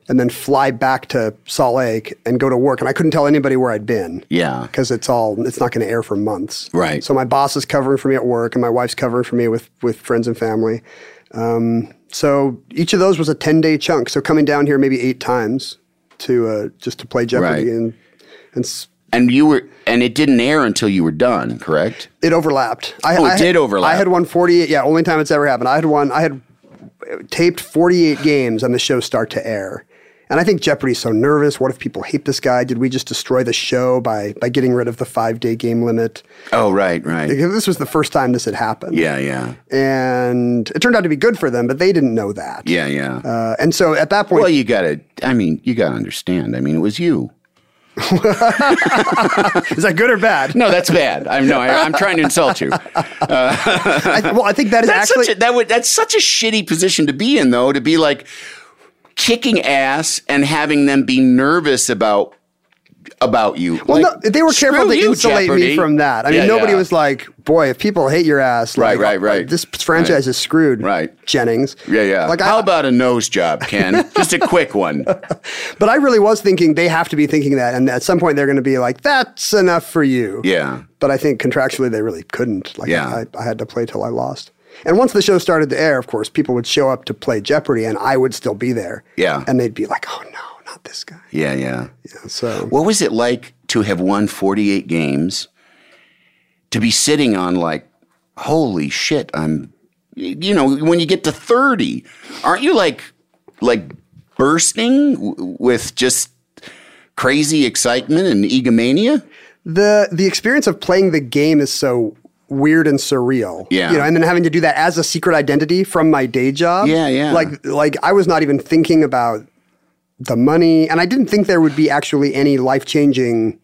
[SPEAKER 2] and then fly back to Salt Lake and go to work. And I couldn't tell anybody where I'd been.
[SPEAKER 1] Yeah.
[SPEAKER 2] Because it's all, it's not going to air for months.
[SPEAKER 1] Right.
[SPEAKER 2] So my boss is covering for me at work and my wife's covering for me with, with friends and family. Um, so each of those was a 10 day chunk. So coming down here maybe eight times to, uh, just to play Jeopardy
[SPEAKER 1] Right.
[SPEAKER 2] and, and s-
[SPEAKER 1] And you were, and it didn't air until you were done, correct?
[SPEAKER 2] It overlapped. I,
[SPEAKER 1] Oh, it
[SPEAKER 2] I-
[SPEAKER 1] did overlap.
[SPEAKER 2] I had won 48. Yeah, only time it's ever happened. I had won. I had taped 48 games on the show start to air. And I think Jeopardy's so nervous. What if people hate this guy? Did we just destroy the show by by getting rid of the five day game limit?
[SPEAKER 1] Oh, right, right.
[SPEAKER 2] Because this was the first time this had happened.
[SPEAKER 1] Yeah, yeah,
[SPEAKER 2] And it turned out to be good for them, but they didn't know that.
[SPEAKER 1] yeah, yeah.
[SPEAKER 2] Uh, and so at that point,
[SPEAKER 1] well, you gotta. I mean, you gotta understand. I mean, it was you.
[SPEAKER 2] is that good or bad?
[SPEAKER 1] <laughs> No, that's bad. I'm no. I, I'm trying to insult
[SPEAKER 2] <laughs>
[SPEAKER 1] you.
[SPEAKER 2] I, well, I think that is
[SPEAKER 1] That's
[SPEAKER 2] actually
[SPEAKER 1] such a, that would that's such a shitty position to be in, though. To be like kicking ass and having them be nervous about about you.
[SPEAKER 2] Well,
[SPEAKER 1] Like,
[SPEAKER 2] no, they were
[SPEAKER 1] screw
[SPEAKER 2] careful to
[SPEAKER 1] you,
[SPEAKER 2] insulate
[SPEAKER 1] Jeopardy.
[SPEAKER 2] me from that. I mean,
[SPEAKER 1] Yeah,
[SPEAKER 2] nobody
[SPEAKER 1] yeah.
[SPEAKER 2] was like, "Boy, if people hate your ass,
[SPEAKER 1] Right, right,
[SPEAKER 2] like,
[SPEAKER 1] right.
[SPEAKER 2] this
[SPEAKER 1] Right.
[SPEAKER 2] franchise is screwed."
[SPEAKER 1] Right.
[SPEAKER 2] Jennings.
[SPEAKER 1] Yeah, yeah.
[SPEAKER 2] Like,
[SPEAKER 1] How
[SPEAKER 2] I,
[SPEAKER 1] about a nose job,
[SPEAKER 2] <laughs>
[SPEAKER 1] Ken? Just a quick one.
[SPEAKER 2] but I really was thinking they have to be thinking that, and at some point they're going to be like, "That's enough for you."
[SPEAKER 1] Yeah.
[SPEAKER 2] But I think contractually they really couldn't. Like,
[SPEAKER 1] Yeah.
[SPEAKER 2] I, I had to play till I lost. And once the show started to air, of course, people would show up to play Jeopardy, and I would still be there.
[SPEAKER 1] Yeah.
[SPEAKER 2] And they'd be like, "Oh no, not this guy."
[SPEAKER 1] Yeah, yeah.
[SPEAKER 2] So
[SPEAKER 1] What was it like to have won 48 games, to be sitting on like, holy shit, I'm, you know, when you get to 30, aren't you like, like bursting w- with just crazy excitement and egomania?
[SPEAKER 2] the the experience of playing the game is so weird and surreal.
[SPEAKER 1] Yeah.
[SPEAKER 2] You know, and then having to do that as a secret identity from my day job.
[SPEAKER 1] Yeah, yeah.
[SPEAKER 2] Like like I was not even thinking about the money and I didn't think there would be actually any life-changing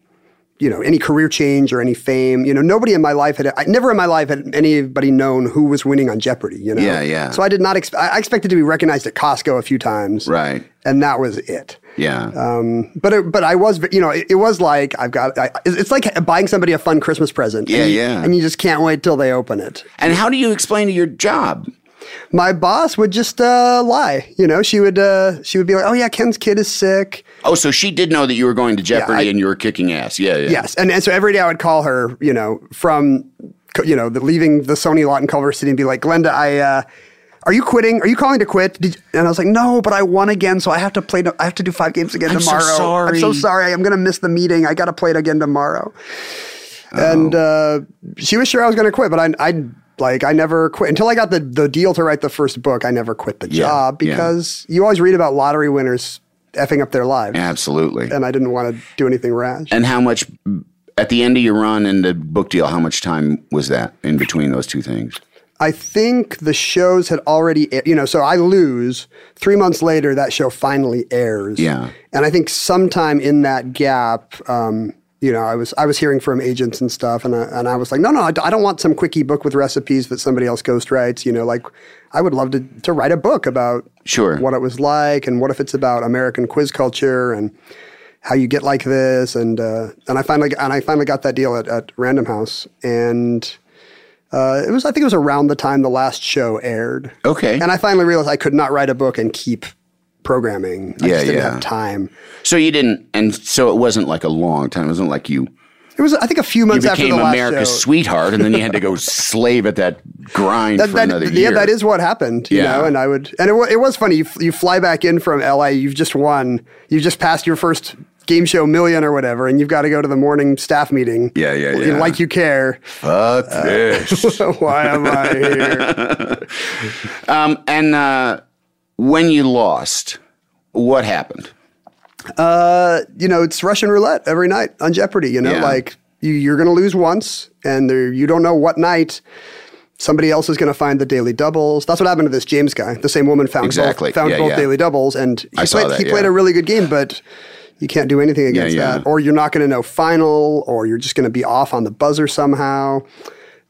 [SPEAKER 2] you know, any career change or any fame. You know, nobody in my life had, I, never in my life had anybody known who was winning on Jeopardy, you know?
[SPEAKER 1] Yeah, yeah.
[SPEAKER 2] So I did not, exp- I I expected to be recognized at Costco a few times.
[SPEAKER 1] Right.
[SPEAKER 2] And that was it.
[SPEAKER 1] Yeah.
[SPEAKER 2] But it, but I was you know it, it was like I've got I, it's like buying somebody a fun Christmas present.
[SPEAKER 1] Yeah,
[SPEAKER 2] and you,
[SPEAKER 1] yeah.
[SPEAKER 2] And you just can't wait till they open it.
[SPEAKER 1] and how do you explain to your job?
[SPEAKER 2] My boss would just uh, lie. You know, she would uh, she would be like, oh yeah, Ken's kid is sick.
[SPEAKER 1] Oh, so she did know that you were going to Jeopardy
[SPEAKER 2] I-
[SPEAKER 1] and you were kicking ass. Yeah, yeah.
[SPEAKER 2] Yes, and and so every day I would call her. You know, from co- you know the, leaving the Sony lot in Culver City and be like, Glenda, I. Uh, are you quitting? Are you calling to quit? Did you, and I was like, no, but I won again, so I have to play. no- I have to do five games again
[SPEAKER 1] I'm so
[SPEAKER 2] tomorrow. I'm so
[SPEAKER 1] sorry."
[SPEAKER 2] sorry. I'm gonna miss the meeting. I got to play it again tomorrow.
[SPEAKER 1] Oh.
[SPEAKER 2] and uh, she was sure I was going to quit, but I, I like I never quit until I got the the deal to write the first book. I never quit the
[SPEAKER 1] Yeah,
[SPEAKER 2] job
[SPEAKER 1] yeah.
[SPEAKER 2] because you always read about lottery winners effing up their lives,
[SPEAKER 1] Absolutely.
[SPEAKER 2] and I didn't want to do anything rash.
[SPEAKER 1] And how much at the end of your run and the book deal? How much time was that in between those two things?
[SPEAKER 2] I think the shows had already, a- you know, so I lose. Three months later, that show finally airs.
[SPEAKER 1] Yeah.
[SPEAKER 2] And I think sometime in that gap, um, you know, I was I was hearing from agents and stuff, and I, and I was like, no, no, I d- I don't want some quickie book with recipes that somebody else ghostwrites. You know, like I would love to to write a book about
[SPEAKER 1] Sure.
[SPEAKER 2] what it was like, and what if it's about American quiz culture and how you get like this, and uh, and I finally and I finally got that deal at, at Random House, and uh, it was I think it was around the time the last show aired.
[SPEAKER 1] Okay.
[SPEAKER 2] and I finally realized I could not write a book and keep programming. I
[SPEAKER 1] Yeah,
[SPEAKER 2] just didn't
[SPEAKER 1] yeah.
[SPEAKER 2] have time.
[SPEAKER 1] So you didn't, and so it wasn't like a long time. It wasn't like you
[SPEAKER 2] It was I think a few
[SPEAKER 1] you
[SPEAKER 2] months after
[SPEAKER 1] became
[SPEAKER 2] the last
[SPEAKER 1] America's
[SPEAKER 2] show.
[SPEAKER 1] sweetheart, and then you had to
[SPEAKER 2] <laughs>
[SPEAKER 1] go slave at that grind
[SPEAKER 2] That,
[SPEAKER 1] for
[SPEAKER 2] that-
[SPEAKER 1] another
[SPEAKER 2] yeah,
[SPEAKER 1] year.
[SPEAKER 2] that is what happened, you
[SPEAKER 1] Yeah.
[SPEAKER 2] know. And I would, and it, wa- it was funny. You, f- you fly back in from LA, you've just won, you've just passed your first game show million or whatever, and you've got to go to the morning staff meeting.
[SPEAKER 1] Yeah, yeah,
[SPEAKER 2] you-
[SPEAKER 1] yeah.
[SPEAKER 2] Like you care.
[SPEAKER 1] Fuck <laughs>
[SPEAKER 2] uh, <laughs>
[SPEAKER 1] this.
[SPEAKER 2] Why am I here?
[SPEAKER 1] um, and uh, when you lost, what happened?
[SPEAKER 2] <laughs> you know, it's Russian roulette every night on Jeopardy. You know,
[SPEAKER 1] Yeah.
[SPEAKER 2] like you, you're going to lose once, and there, you don't know what night somebody else is going to find the daily doubles. That's what happened to this James guy. The same woman found
[SPEAKER 1] Exactly.
[SPEAKER 2] both, found
[SPEAKER 1] Yeah,
[SPEAKER 2] both
[SPEAKER 1] yeah.
[SPEAKER 2] daily doubles, and he,
[SPEAKER 1] I
[SPEAKER 2] played,
[SPEAKER 1] saw that,
[SPEAKER 2] he played
[SPEAKER 1] yeah.
[SPEAKER 2] a really good game, but you can't do anything against
[SPEAKER 1] yeah.
[SPEAKER 2] that. Or you're not going to know final, or you're just going to be off on the buzzer somehow.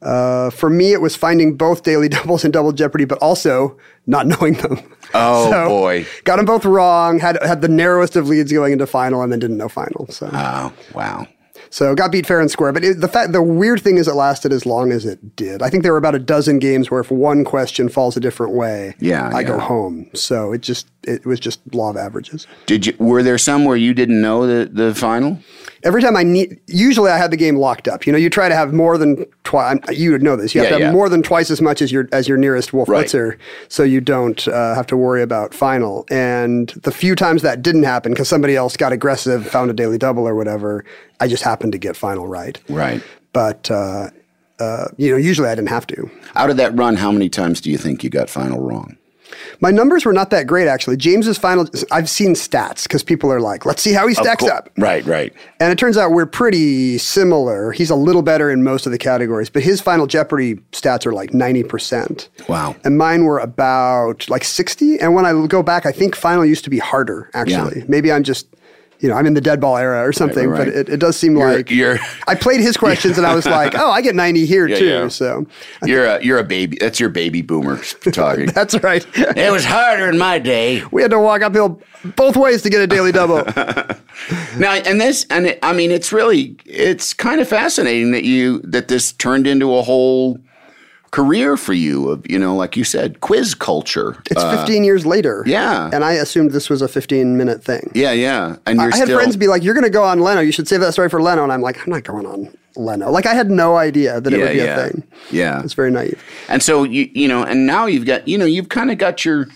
[SPEAKER 2] Uh, for me, it was finding both daily <laughs> doubles and double jeopardy, but also not knowing them. <laughs>
[SPEAKER 1] Oh, boy.
[SPEAKER 2] got
[SPEAKER 1] Ah.
[SPEAKER 2] them both wrong. Had had the narrowest of leads going into final, and then didn't know final. So
[SPEAKER 1] Oh, wow.
[SPEAKER 2] So got beat fair and square. But it, the fact, the weird thing is, it lasted as long as it did. I think there were about a dozen games where if one question falls a different way,
[SPEAKER 1] Yeah,
[SPEAKER 2] I go
[SPEAKER 1] yeah.
[SPEAKER 2] home. So it just it was just law of averages.
[SPEAKER 1] Did you? Were there some where you didn't know the the final?
[SPEAKER 2] Every time I need, usually I had the game locked up. You know, you try to have more than twice. You would know this. You have
[SPEAKER 1] Yeah,
[SPEAKER 2] to have
[SPEAKER 1] yeah.
[SPEAKER 2] more than twice as much as your as your nearest Wolf
[SPEAKER 1] Right.
[SPEAKER 2] Blitzer, so you don't uh, have to worry about final. And the few times that didn't happen because somebody else got aggressive, found a daily double or whatever, I just happened to get final right.
[SPEAKER 1] Right.
[SPEAKER 2] But uh, uh, you know, usually I didn't have to.
[SPEAKER 1] Out of that run, how many times do you think you got final wrong?
[SPEAKER 2] My numbers were not that great actually. James's final. I've seen stats because people are like, "Let's see how he stacks
[SPEAKER 1] Cool.
[SPEAKER 2] up."
[SPEAKER 1] Right. Right.
[SPEAKER 2] And it turns out we're pretty similar. He's a little better in most of the categories, but his final Jeopardy stats are like 90%.
[SPEAKER 1] Wow.
[SPEAKER 2] And mine were about like 60. And when I go back, I think final used to be harder, actually.
[SPEAKER 1] Yeah.
[SPEAKER 2] Maybe I'm just, you know, I'm in the dead ball era or something,
[SPEAKER 1] right, right.
[SPEAKER 2] but it, it does seem
[SPEAKER 1] You're-
[SPEAKER 2] like
[SPEAKER 1] you're-
[SPEAKER 2] I played his questions and I
[SPEAKER 1] <laughs>
[SPEAKER 2] was like, oh, I get 90 here
[SPEAKER 1] Yeah,
[SPEAKER 2] too.
[SPEAKER 1] yeah.
[SPEAKER 2] So
[SPEAKER 1] You're a you're a baby. That's your baby boomer talking.
[SPEAKER 2] <laughs> that's right.
[SPEAKER 1] it was harder in my day.
[SPEAKER 2] we had to walk uphill both ways to get a daily double.
[SPEAKER 1] Now, and this, and it, I mean, it's really, it's kind of fascinating that you that this turned into a whole career for you of you know, like you said, quiz culture.
[SPEAKER 2] It's
[SPEAKER 1] <laughs> Uh,
[SPEAKER 2] 15 years later.
[SPEAKER 1] yeah.
[SPEAKER 2] And I assumed this was a 15 minute thing.
[SPEAKER 1] yeah, yeah. And you're
[SPEAKER 2] I had
[SPEAKER 1] still,
[SPEAKER 2] friends be like, "You're going to go on Leno. You should save that story for Leno." And I'm like, "I'm not going on Leno." Like I had no idea that it
[SPEAKER 1] yeah,
[SPEAKER 2] would be
[SPEAKER 1] yeah,
[SPEAKER 2] a thing.
[SPEAKER 1] yeah.
[SPEAKER 2] It's very naive.
[SPEAKER 1] And so you you know, and now you've got you know you've kind of got your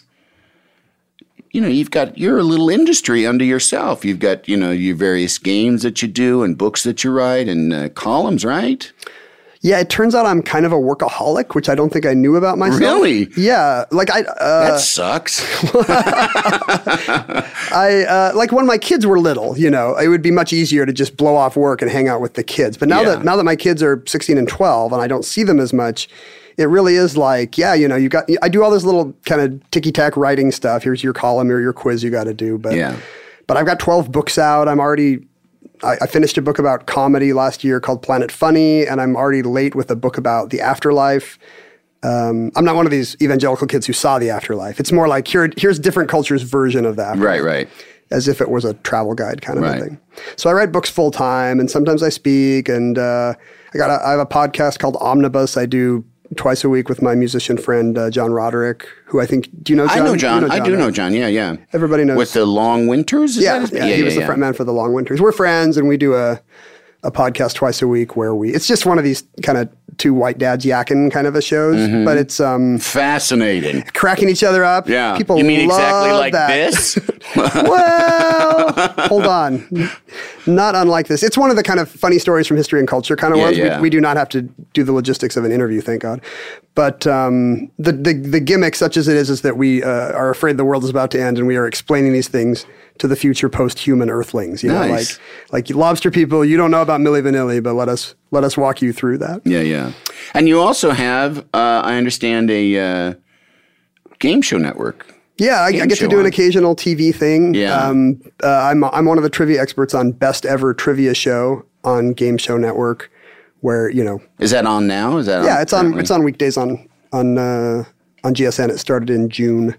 [SPEAKER 1] you know you've got your little industry under yourself. You've got you know your various games that you do and books that you write and uh, columns, right?
[SPEAKER 2] Yeah, it turns out I'm kind of a workaholic, which I don't think I knew about myself.
[SPEAKER 1] Really?
[SPEAKER 2] Yeah, like I, uh,
[SPEAKER 1] That
[SPEAKER 2] <laughs>
[SPEAKER 1] sucks.
[SPEAKER 2] I uh, like when my kids were little. You know, it would be much easier to just blow off work and hang out with the kids. But now
[SPEAKER 1] Yeah.
[SPEAKER 2] that now that my kids are 16 and 12, and I don't see them as much. It really is like, yeah, you know, you got. I do all this little kind of ticky tack writing stuff. Here's your column, here your quiz you got to do. But
[SPEAKER 1] Yeah.
[SPEAKER 2] but I've got 12 books out. I'm already, I, I finished a book about comedy last year called Planet Funny, and I'm already late with a book about the afterlife. Um, I'm not one of these evangelical kids who saw the afterlife. It's more like here, here's different cultures' version of that,
[SPEAKER 1] right, right.
[SPEAKER 2] As if it was a travel guide kind of
[SPEAKER 1] Right.
[SPEAKER 2] a thing. So I write books full time, and sometimes I speak, and uh, I got a, I have a podcast called Omnibus. I do twice a week with my musician friend uh, John Roderick, who I think do you know? John?
[SPEAKER 1] I know
[SPEAKER 2] You
[SPEAKER 1] John. I do
[SPEAKER 2] right?
[SPEAKER 1] know John. Yeah, yeah.
[SPEAKER 2] Everybody knows.
[SPEAKER 1] With the long winters. Is
[SPEAKER 2] Yeah,
[SPEAKER 1] that his-
[SPEAKER 2] yeah, he was the front man for the Long Winters. We're friends, and we do a a podcast twice a week where we. It's just one of these kind of two white dads yakking kind of a shows,
[SPEAKER 1] Mm-hmm.
[SPEAKER 2] but it's um <laughs>
[SPEAKER 1] Fascinating.
[SPEAKER 2] cracking each other up.
[SPEAKER 1] Yeah.
[SPEAKER 2] people
[SPEAKER 1] you mean
[SPEAKER 2] love
[SPEAKER 1] exactly like
[SPEAKER 2] that. <laughs>
[SPEAKER 1] this?
[SPEAKER 2] well, hold on. Not unlike this. It's one of the kind of funny stories from history and culture kind of
[SPEAKER 1] Yeah,
[SPEAKER 2] ones.
[SPEAKER 1] yeah.
[SPEAKER 2] We, we do not have to do the logistics of an interview, thank God. But um, the, the the gimmick, such as it is, is that we uh, are afraid the world is about to end, and we are explaining these things to the future post-human Earthlings. You
[SPEAKER 1] Nice.
[SPEAKER 2] know, like like lobster people. You don't know about Milli Vanilli, but let us let us walk you through that.
[SPEAKER 1] yeah, yeah. And you also have, uh, I understand, a uh, game show network.
[SPEAKER 2] Yeah, I, I
[SPEAKER 1] game
[SPEAKER 2] get to
[SPEAKER 1] show
[SPEAKER 2] do an
[SPEAKER 1] on.
[SPEAKER 2] occasional TV thing.
[SPEAKER 1] Yeah.
[SPEAKER 2] Um, uh, I'm, I'm one of the trivia experts on Best Ever Trivia Show on Game Show Network, where, you know,
[SPEAKER 1] Is that on now? Is that
[SPEAKER 2] yeah, it's on
[SPEAKER 1] currently?
[SPEAKER 2] it's on weekdays on on uh, on GSN. It started in June,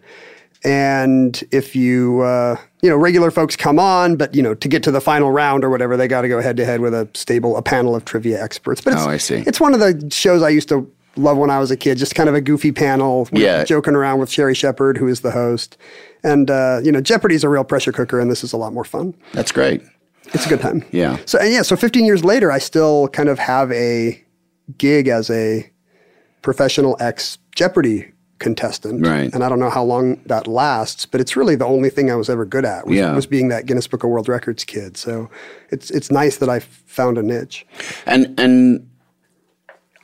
[SPEAKER 2] and if you uh, you know regular folks come on, but you know to get to the final round or whatever, they got to go head to head with a stable a panel of trivia experts. But it's,
[SPEAKER 1] Oh, I see.
[SPEAKER 2] It's one of the shows I used to love when I was a kid. Just kind of a goofy panel, with-
[SPEAKER 1] Yeah.
[SPEAKER 2] joking around with Sherry Shepard, who is the host. And uh, you know, Jeopardy's a real pressure cooker, and this is a lot more fun.
[SPEAKER 1] That's great.
[SPEAKER 2] It's a good time.
[SPEAKER 1] Yeah.
[SPEAKER 2] So and yeah, so 15 years later, I still kind of have a gig as a professional ex Jeopardy contestant,
[SPEAKER 1] Right.
[SPEAKER 2] And I don't know how long that lasts, but it's really the only thing I was ever good at was,
[SPEAKER 1] Yeah.
[SPEAKER 2] was being that Guinness Book of World Records kid. So it's it's nice that I found a niche.
[SPEAKER 1] And and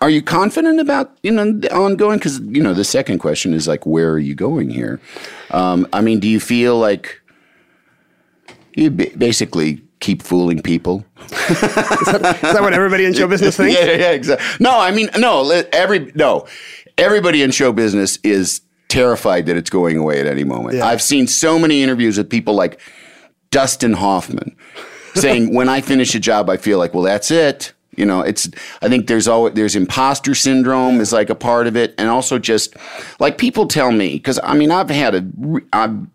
[SPEAKER 1] are you confident about you know the ongoing? Because you know the second question is like, where are you going here? Um, I mean, do you feel like you ba- basically keep fooling people?
[SPEAKER 2] Is that what everybody
[SPEAKER 1] <laughs>
[SPEAKER 2] in show business thinks?
[SPEAKER 1] Yeah, yeah, yeah, exactly. No, I mean, no, let- every no, everybody in show business is terrified that it's going away at any moment. I've seen so many interviews with people like Dustin Hoffman saying, "When I finish a job, I feel like, well, that's it." You know, it's. I think there's always there's imposter syndrome is like a part of it, and also just like people tell me because I mean I've had a re- I've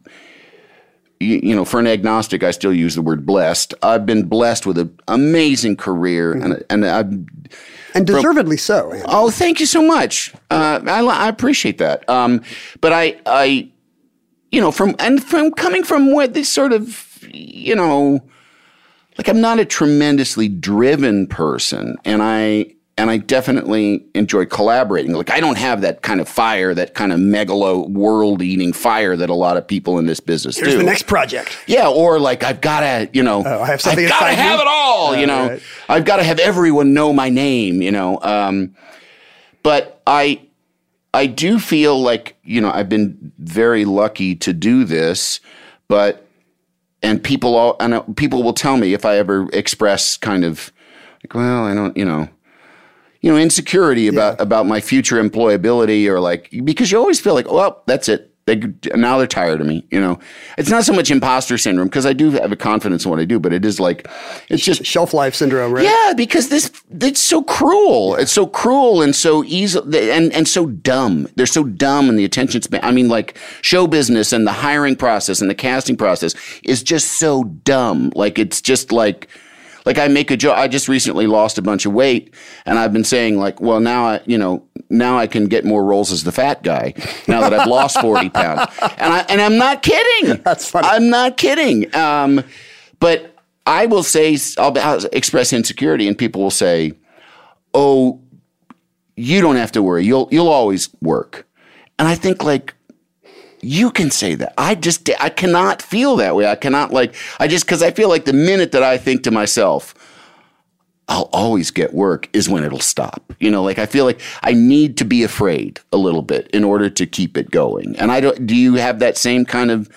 [SPEAKER 1] you, you know, for an agnostic, I still use the word blessed. I've been blessed with an amazing career, and and I'm
[SPEAKER 2] and deservedly so. Andy.
[SPEAKER 1] Oh, thank you so much. Uh, I, li- I appreciate that. Um, but I, I, you know, from and from coming from what this sort of, you know, like I'm not a tremendously driven person, and I and I definitely enjoy collaborating. Like I don't have that kind of fire, that kind of megalo world eating fire that a lot of people in this business
[SPEAKER 2] Here's
[SPEAKER 1] do.
[SPEAKER 2] the next project.
[SPEAKER 1] Yeah, or like I've got to, you know,
[SPEAKER 2] Oh, I have something
[SPEAKER 1] have got to
[SPEAKER 2] inside you?
[SPEAKER 1] have it all, you know.
[SPEAKER 2] right.
[SPEAKER 1] I've got to have everyone know my name, you know. Um, but I, I do feel like you know I've been very lucky to do this, but and people all and uh, people will tell me if I ever express kind of like, well, I don't, you know. You know, insecurity about about my future employability, or like because you always feel like, well, that's it. They now they're tired of me. You know, it's not so much imposter syndrome because I do have a confidence in what I do, but it is like, it's just
[SPEAKER 2] Shelf life syndrome, right?
[SPEAKER 1] yeah, because this it's so cruel. It's so cruel and so easy and and so dumb. They're so dumb in the attention span. I mean, like show business and the hiring process and the casting process is just so dumb. Like it's just like like I make a joke. I just recently lost a bunch of weight, and I've been saying like, well, now I you know now I can get more roles as the fat guy now that I've lost forty pounds, and I and I'm not kidding.
[SPEAKER 2] <laughs> That's funny.
[SPEAKER 1] I'm not kidding. Um, but I will say, I'll, I'll express insecurity, and people will say, "Oh, you don't have to worry. You'll you'll always work." And I think like you can say that. I just I cannot feel that way. I cannot like I just because I feel like the minute that I think to myself. I'll always get work is when it'll stop. You know, like I feel like I need to be afraid a little bit in order to keep it going. And I don't, do you have that same kind of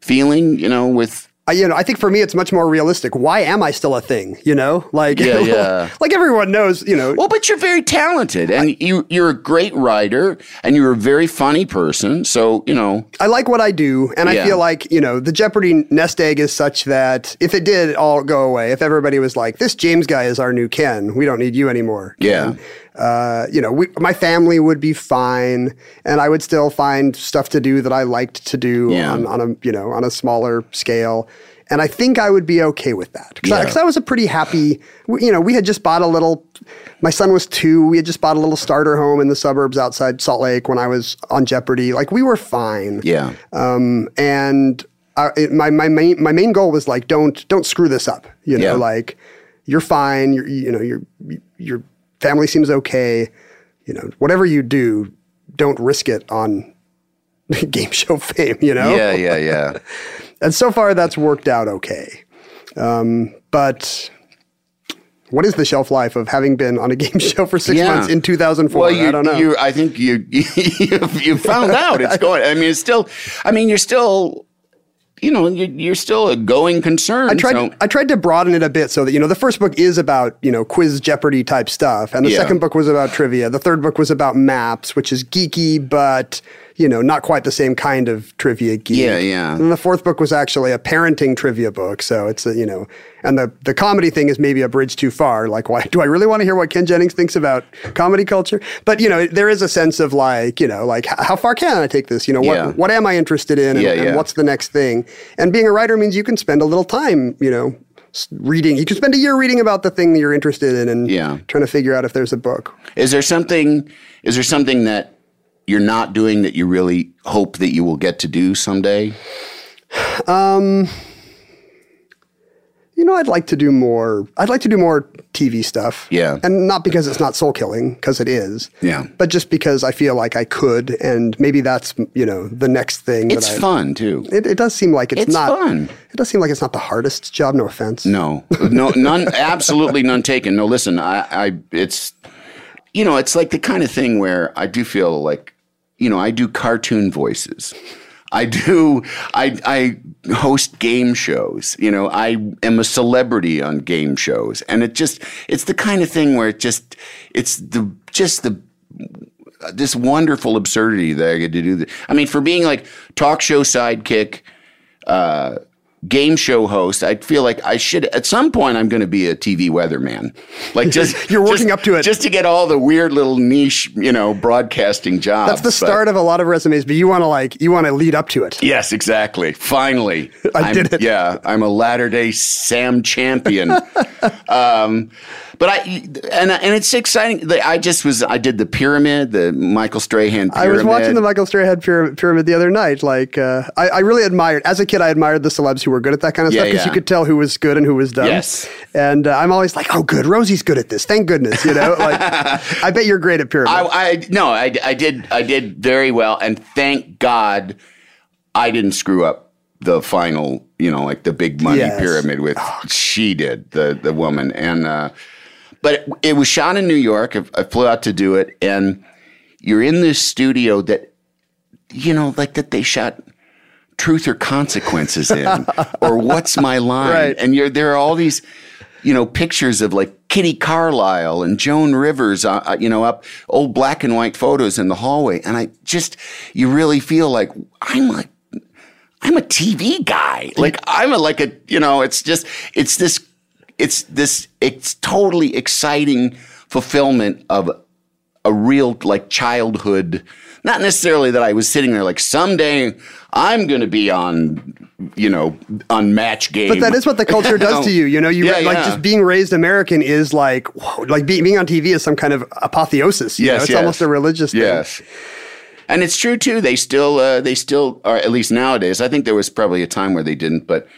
[SPEAKER 1] feeling, you know, with
[SPEAKER 2] I, you know, I think for me, it's much more realistic. Why am I still a thing? You know, like, <laughs>
[SPEAKER 1] Yeah, yeah.
[SPEAKER 2] like everyone knows, you know,
[SPEAKER 1] Well, but you're very talented, and you you're a great writer, and you're a very funny person. So you know,
[SPEAKER 2] I like what I do, and
[SPEAKER 1] Yeah.
[SPEAKER 2] I feel like you know the Jeopardy nest egg is such that if it did all go away, if everybody was like, "This James guy is our new Ken, we don't need you anymore,"
[SPEAKER 1] yeah,
[SPEAKER 2] uh, you know, we, my family would be fine, and I would still find stuff to do that I liked to do
[SPEAKER 1] Yeah.
[SPEAKER 2] on, on a you know on a smaller scale. And I think I would be okay with that because
[SPEAKER 1] Yeah.
[SPEAKER 2] I, was a pretty happy. we- You know, we had just bought a little. My son was two. We had just bought a little starter home in the suburbs outside Salt Lake when I was on Jeopardy. Like we were fine
[SPEAKER 1] yeah,
[SPEAKER 2] and I, it, my my main my main goal was like don't don't screw this up. You know,
[SPEAKER 1] Yeah.
[SPEAKER 2] like you're fine. You're, you know, your your family seems okay. You know, whatever you do, don't risk it on <laughs> game show fame. You know,
[SPEAKER 1] yeah, yeah,
[SPEAKER 2] <laughs>
[SPEAKER 1] yeah.
[SPEAKER 2] and so far that's worked out okay. Um, but. What is the shelf life of having been on a <laughs> game show for six
[SPEAKER 1] Yeah.
[SPEAKER 2] months in 2004?
[SPEAKER 1] Well, you,
[SPEAKER 2] I don't know.
[SPEAKER 1] You, I think you <laughs> you you found out it's going. I mean, it's still. I mean, you're still. You know, you're, you're still a going concern.
[SPEAKER 2] I tried.
[SPEAKER 1] so-
[SPEAKER 2] I tried to broaden it a bit so that you know the first book is about you know quiz Jeopardy type stuff, and the
[SPEAKER 1] Yeah.
[SPEAKER 2] second book was about trivia. The third book was about maps, which is geeky, but you know not quite the same kind of trivia geek.
[SPEAKER 1] Yeah, yeah.
[SPEAKER 2] And the fourth book was actually a parenting trivia book, so it's a, you know, and the the comedy thing is maybe a bridge too far. Like, why <laughs> do I really want to hear what Ken Jennings thinks about comedy culture? But you know, there is a sense of like you know like h- how far can I take this? You know, what
[SPEAKER 1] Yeah.
[SPEAKER 2] what am I interested in? And,
[SPEAKER 1] Yeah,
[SPEAKER 2] and
[SPEAKER 1] yeah.
[SPEAKER 2] what's the next thing. And being a writer means you can spend a little time, you know, s- reading. You can spend a year reading about the thing that you're interested in and
[SPEAKER 1] Yeah.
[SPEAKER 2] trying to figure out if there's a book.
[SPEAKER 1] Is there something? Is there something that you're not doing that you really hope that you will get to do someday?
[SPEAKER 2] You know, I'd like to do more. I'd like to do more TV stuff.
[SPEAKER 1] Yeah.
[SPEAKER 2] And not because it's not soul killing, because it is.
[SPEAKER 1] Yeah.
[SPEAKER 2] But just because I feel like I could, and maybe that's you know the next thing.
[SPEAKER 1] It's
[SPEAKER 2] that I,
[SPEAKER 1] fun too.
[SPEAKER 2] It, it does seem like it's,
[SPEAKER 1] It's
[SPEAKER 2] not.
[SPEAKER 1] fun.
[SPEAKER 2] It does seem like it's not the hardest job. No offense.
[SPEAKER 1] No, no, none, absolutely none taken. No, listen, I, I, it's, you know, it's like the kind of thing where I do feel like, you know, I do cartoon voices. I do, I, I host game shows. You know, I am a celebrity on game shows. And it just, it's the kind of thing where it just, it's the, just the, this wonderful absurdity that I get to do. I mean, for being like talk show sidekick, uh, game show host. I feel like I should at some point I'm going to be a TV weatherman. Like just
[SPEAKER 2] <laughs> You're working
[SPEAKER 1] just-
[SPEAKER 2] up to it.
[SPEAKER 1] just to get all the weird little niche, you know, broadcasting jobs.
[SPEAKER 2] That's the start of a lot of resumes, but you want to like you want to lead up to it.
[SPEAKER 1] Yes, exactly. Finally,
[SPEAKER 2] <laughs> I
[SPEAKER 1] am
[SPEAKER 2] did it.
[SPEAKER 1] Yeah, I'm a Latter Day Sam
[SPEAKER 2] <laughs>
[SPEAKER 1] champion. um, but I and and it's exciting. Like, I just was I did the pyramid, the Michael Strahan. Pyramid.
[SPEAKER 2] I was watching the Michael Strahan pyra- pyramid the other night. Like, uh, I, I really admired as a kid. I admired the celebs who were good at that kind of
[SPEAKER 1] Yeah,
[SPEAKER 2] stuff because
[SPEAKER 1] yeah.
[SPEAKER 2] you could tell who was good and who was dumb.
[SPEAKER 1] Yes.
[SPEAKER 2] And uh, I'm always like, oh, good, Rosie's good at this. Thank goodness, you know. Like, I bet you're great at pyramid.
[SPEAKER 1] I, I no, I, I did I did very well, and thank God I didn't screw up the final. You know, like the big money
[SPEAKER 2] Yes. Oh,
[SPEAKER 1] pyramid with she did the the woman, and uh, but it, it was shot in New York. I, I flew out to do it, and you're in this studio that you know, like that they shot. Truth or consequences
[SPEAKER 2] <laughs>
[SPEAKER 1] in, or what's my line?
[SPEAKER 2] Right.
[SPEAKER 1] And you're there are all these you know, pictures of like Kitty Carlisle and Joan Rivers, uh, uh, you know, up old black and white photos in the hallway. And I just, you really feel like I'm like, I'm a TV guy. Like I'm a, like a, you know, it's just, it's this, it's this, it's totally exciting fulfillment of a real like childhood, not necessarily that I was sitting there like someday I'm going to be on, you know, on match game.
[SPEAKER 2] But that is what the culture does to you. You know, you
[SPEAKER 1] Yeah,
[SPEAKER 2] like
[SPEAKER 1] yeah.
[SPEAKER 2] just being raised American is like whoa, like be, being on TV is some kind of apotheosis. You know?
[SPEAKER 1] Yes,
[SPEAKER 2] it's
[SPEAKER 1] yes.
[SPEAKER 2] almost a religious thing.
[SPEAKER 1] Yes. And it's true too. They still, uh, they still, or at least nowadays, I think there was probably a time where they didn't, but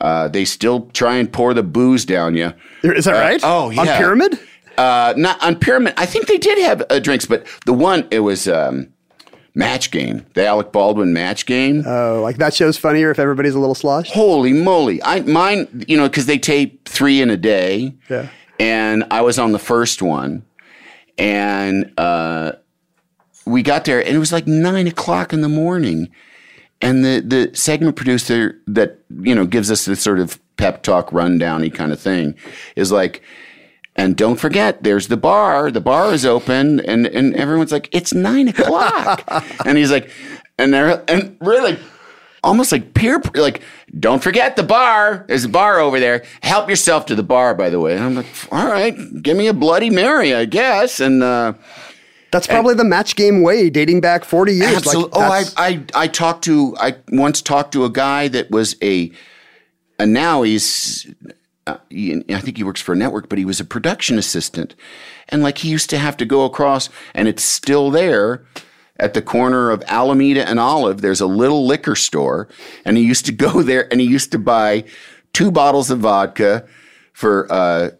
[SPEAKER 1] uh, they still try and pour the booze down you.
[SPEAKER 2] Is that
[SPEAKER 1] Uh,
[SPEAKER 2] right?
[SPEAKER 1] oh,
[SPEAKER 2] on
[SPEAKER 1] yeah.
[SPEAKER 2] pyramid.
[SPEAKER 1] Uh, not on pyramid. I think they did have uh, drinks, but the one it was um, match game, the Alec Baldwin match game.
[SPEAKER 2] Oh, like that show's funnier if everybody's a little sloshed.
[SPEAKER 1] Holy moly! I mine, you know, because they tape three in a day.
[SPEAKER 2] Yeah.
[SPEAKER 1] and I was on the first one, and uh, we got there, and it was like nine o'clock in the morning, and the the segment producer that you know gives us this sort of pep talk rundowny kind of thing is like. And don't forget, there's the bar. The bar is open, and, and everyone's like, "It's nine o'clock," and he's like, and they're and really almost like peer like don't forget the bar there's a bar over there help yourself to the bar by the way and i'm like all right give me a bloody mary i guess and uh
[SPEAKER 2] That's probably the match game way dating back 40 years.
[SPEAKER 1] absolute-
[SPEAKER 2] Like, that's-
[SPEAKER 1] oh I, I i talked to i once talked to a guy that was a and now he's uh, he- I think he works for a network, but he was a production assistant, and like he used to have to go across, and it's still there at the corner of Alameda and Olive. There's a little liquor store, and he used to go <laughs> there, and he used to buy two bottles of vodka for uh,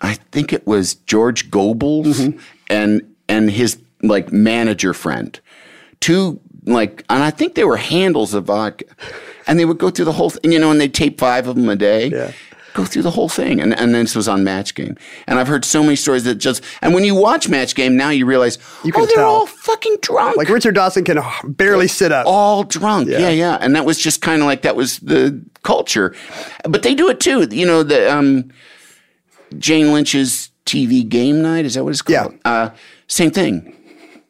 [SPEAKER 1] I think it was George Goebbels
[SPEAKER 2] Mm-hmm.
[SPEAKER 1] and and his like manager friend, two like, and I think they were handles of vodka, and they would go through the whole thing, you know, and they tape five of them a day.
[SPEAKER 2] Yeah.
[SPEAKER 1] Go through the whole thing, and and this was on Match Game, and I've heard so many stories that just and when you watch Match Game now you realize
[SPEAKER 2] can
[SPEAKER 1] oh they're
[SPEAKER 2] tell.
[SPEAKER 1] all fucking drunk,
[SPEAKER 2] Like Richard Dawson can barely sit up.
[SPEAKER 1] all drunk. Yeah,
[SPEAKER 2] Yeah.
[SPEAKER 1] yeah. And that was just kind of like that was the culture. But they do it too. You know, the um, Jane Lynch's TV game night, is that what it's called?
[SPEAKER 2] Yeah.
[SPEAKER 1] Uh, same thing.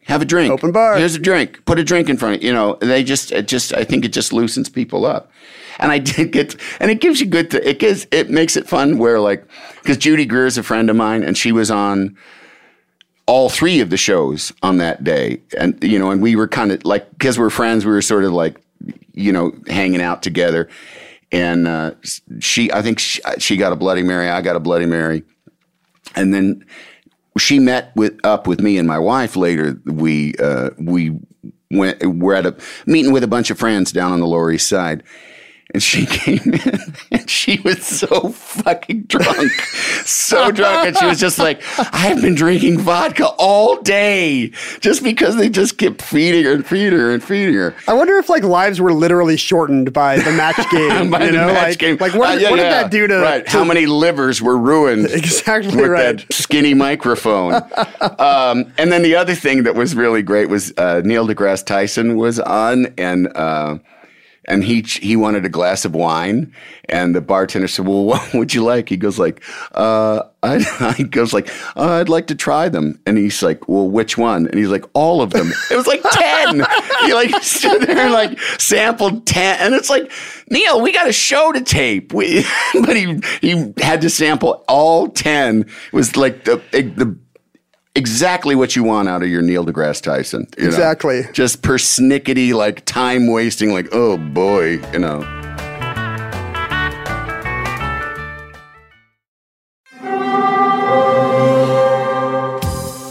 [SPEAKER 1] Have a drink.
[SPEAKER 2] Open bar.
[SPEAKER 1] Here's a drink. Put a drink in front of you. know, they just it just I think it just loosens people up. And I <laughs> did get and it gives you good it gives it makes it fun where like because Judy Greer's a friend of mine and she was on all three of the shows on that day. And, you know, and we were kind of like, because we're friends, we were sort of like, you know, hanging out together. And uh, she, I think she, she got a Bloody Mary, I got a Bloody Mary. And then she met with up with me and my wife later. We uh, we went we're at a meeting with a bunch of friends down on the Lower East Side. And she <laughs> came in and she was so fucking drunk. so drunk. And she was just like, I've been drinking vodka all day just because they just kept feeding her and feeding her and feeding her.
[SPEAKER 2] I wonder if like lives were literally shortened by the
[SPEAKER 1] <laughs>
[SPEAKER 2] match game.
[SPEAKER 1] By
[SPEAKER 2] you
[SPEAKER 1] the
[SPEAKER 2] know,
[SPEAKER 1] match
[SPEAKER 2] like,
[SPEAKER 1] game.
[SPEAKER 2] like what,
[SPEAKER 1] Uh,
[SPEAKER 2] did-
[SPEAKER 1] yeah,
[SPEAKER 2] what did
[SPEAKER 1] yeah.
[SPEAKER 2] that do to?
[SPEAKER 1] Right. How many livers were ruined?
[SPEAKER 2] <laughs> Exactly
[SPEAKER 1] with
[SPEAKER 2] right.
[SPEAKER 1] that skinny microphone.
[SPEAKER 2] <laughs>
[SPEAKER 1] um, and then the other thing that was really great was uh, Neil deGrasse Tyson was on, and uh, and he he wanted a glass of wine, and the bartender said, "Well, <laughs> what would you like?" He goes like, "Uh, I," <laughs> he goes like, uh, "I'd like to try them," and he's like, "Well, which one?" And he's like, "All of them." It was like ten. he like <laughs> stood there and like sampled ten, and it's like, Neil, we got a show to tape. We, <laughs> but he he had to sample all ten. It was like the the exactly what you want out of your Neil deGrasse Tyson. you know?
[SPEAKER 2] Exactly.
[SPEAKER 1] Just persnickety, like time wasting, like, oh boy, you know.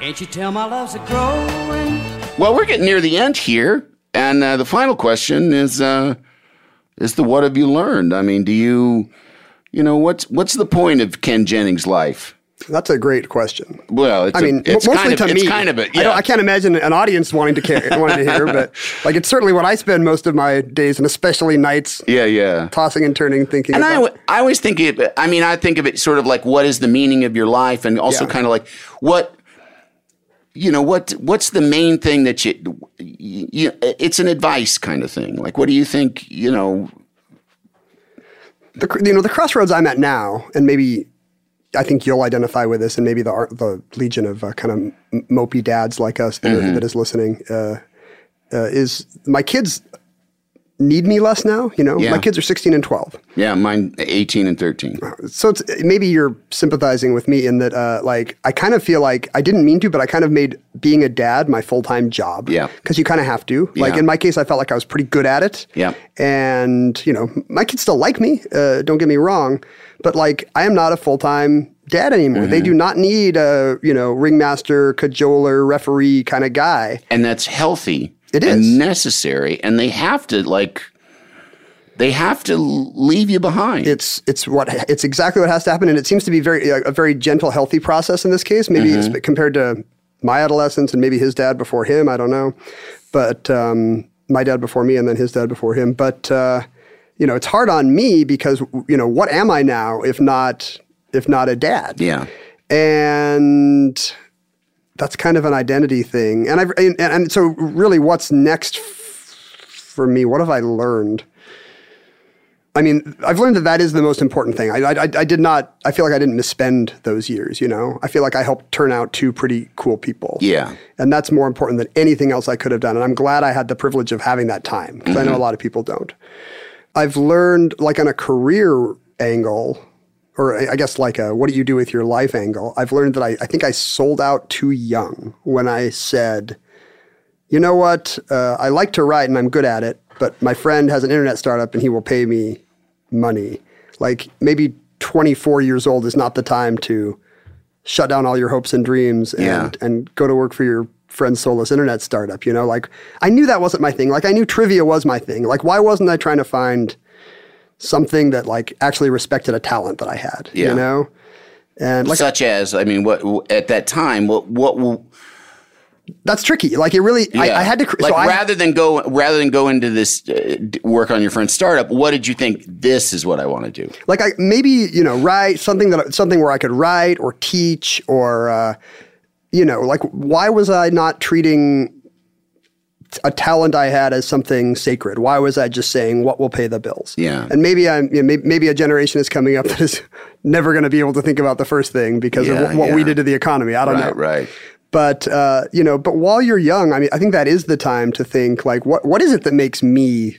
[SPEAKER 4] Can't you tell my love's a growing?
[SPEAKER 1] Well, we're getting near the end here, and uh, the final question is uh, is the what have you learned? I mean, do you you know what's what's the point of Ken Jennings' life?
[SPEAKER 2] That's a great question.
[SPEAKER 1] Well, it's
[SPEAKER 2] I mean,
[SPEAKER 1] a, it's
[SPEAKER 2] mo-
[SPEAKER 1] kind
[SPEAKER 2] mostly
[SPEAKER 1] of,
[SPEAKER 2] to
[SPEAKER 1] it's
[SPEAKER 2] me.
[SPEAKER 1] kind of a,
[SPEAKER 2] I,
[SPEAKER 1] yeah.
[SPEAKER 2] don't, I can't imagine an audience wanting to care, wanting to hear, but like it's certainly what I spend most of my days and especially nights
[SPEAKER 1] yeah, yeah.
[SPEAKER 2] tossing and turning, thinking.
[SPEAKER 1] And I,
[SPEAKER 2] about.
[SPEAKER 1] w- I always think it, I mean, I think of it sort of like what is the meaning of your life and also
[SPEAKER 2] Yeah.
[SPEAKER 1] kind of like what, you know, what, what's the main thing that you, you, you, it's an advice kind of thing. Like, what do you think, you know,
[SPEAKER 2] the cr- you know the crossroads I'm at now, and maybe I think you'll identify with this, and maybe the ar- the legion of uh, kind of m- mopey dads like us that, are, that is listening uh, uh, is my kids need me less now. You know,
[SPEAKER 1] Yeah.
[SPEAKER 2] my kids are 16 and 12,
[SPEAKER 1] yeah, mine 18 and 13.
[SPEAKER 2] so it's maybe you're sympathizing with me in that uh, like I kind of feel like I didn't mean to, but I kind of made being a dad my full time job.
[SPEAKER 1] Yeah.
[SPEAKER 2] because you kind of have to. Like
[SPEAKER 1] Yeah.
[SPEAKER 2] in my case, I felt like I was pretty good at it.
[SPEAKER 1] Yeah.
[SPEAKER 2] and you know my kids still like me. Uh, don't get me wrong, but like I am not a full time dad anymore.
[SPEAKER 1] Mm-hmm.
[SPEAKER 2] They do not need a you know ringmaster, cajoler, referee kind of guy.
[SPEAKER 1] And that's healthy.
[SPEAKER 2] It is.
[SPEAKER 1] And necessary. And they have to like, they have to leave you behind.
[SPEAKER 2] it's it's what it's exactly what has to happen, and it seems to be very a very gentle, healthy process in this case. Maybe it's compared to my adolescence and maybe his dad before him. I don't know, but um, my dad before me, and then his dad before him. But uh, you know, it's hard on me because you know what am I now if not if not a dad?
[SPEAKER 1] yeah.
[SPEAKER 2] and that's kind of an identity thing. And I've and, and so really, what's next f- for me? What have I learned? I mean, I've learned that that is the most important thing. I, I, I did not. I feel like I didn't misspend those years. You know, I feel like I helped turn out two pretty cool people.
[SPEAKER 1] Yeah.
[SPEAKER 2] and that's more important than anything else I could have done. And I'm glad I had the privilege of having that time because I know a lot of people don't. I've learned, like on a career angle, or I I guess like a what do you do with your life angle, I've learned that I, I think I sold out too young when I said, you know what, uh, I like to write and I'm good at it, but my friend has an internet startup and he will pay me money. Like maybe 24 years old is not the time to shut down all your hopes and dreams and,
[SPEAKER 1] Yeah.
[SPEAKER 2] and go to work for your friend's soulless internet startup. You know, like I knew that wasn't my thing. Like I knew trivia was my thing. Like why wasn't I trying to find something that like actually respected a talent that I had?
[SPEAKER 1] Yeah.
[SPEAKER 2] You know? And like
[SPEAKER 1] Such as, I mean, what, at that time, what, what,
[SPEAKER 2] that's tricky. Like it really, I, I had to. cr-
[SPEAKER 1] like
[SPEAKER 2] so I-
[SPEAKER 1] rather than go rather than go into this uh, d- work on your friend's startup. What did you think? This is what I want to do.
[SPEAKER 2] like I maybe you know write something that something where I could write or teach or uh, you know like why was I not treating a talent I had as something sacred? Why was I just saying what will pay the bills?
[SPEAKER 1] Yeah.
[SPEAKER 2] and maybe I'm you know, maybe, maybe a generation is <laughs> coming up that is never going to be able to think about the first thing because
[SPEAKER 1] Yeah,
[SPEAKER 2] of wh- what we
[SPEAKER 1] yeah.
[SPEAKER 2] did to the economy. I don't know,
[SPEAKER 1] right.
[SPEAKER 2] But uh, you know, but while you're young, I mean, I think that is the time to think like, what what is it that makes me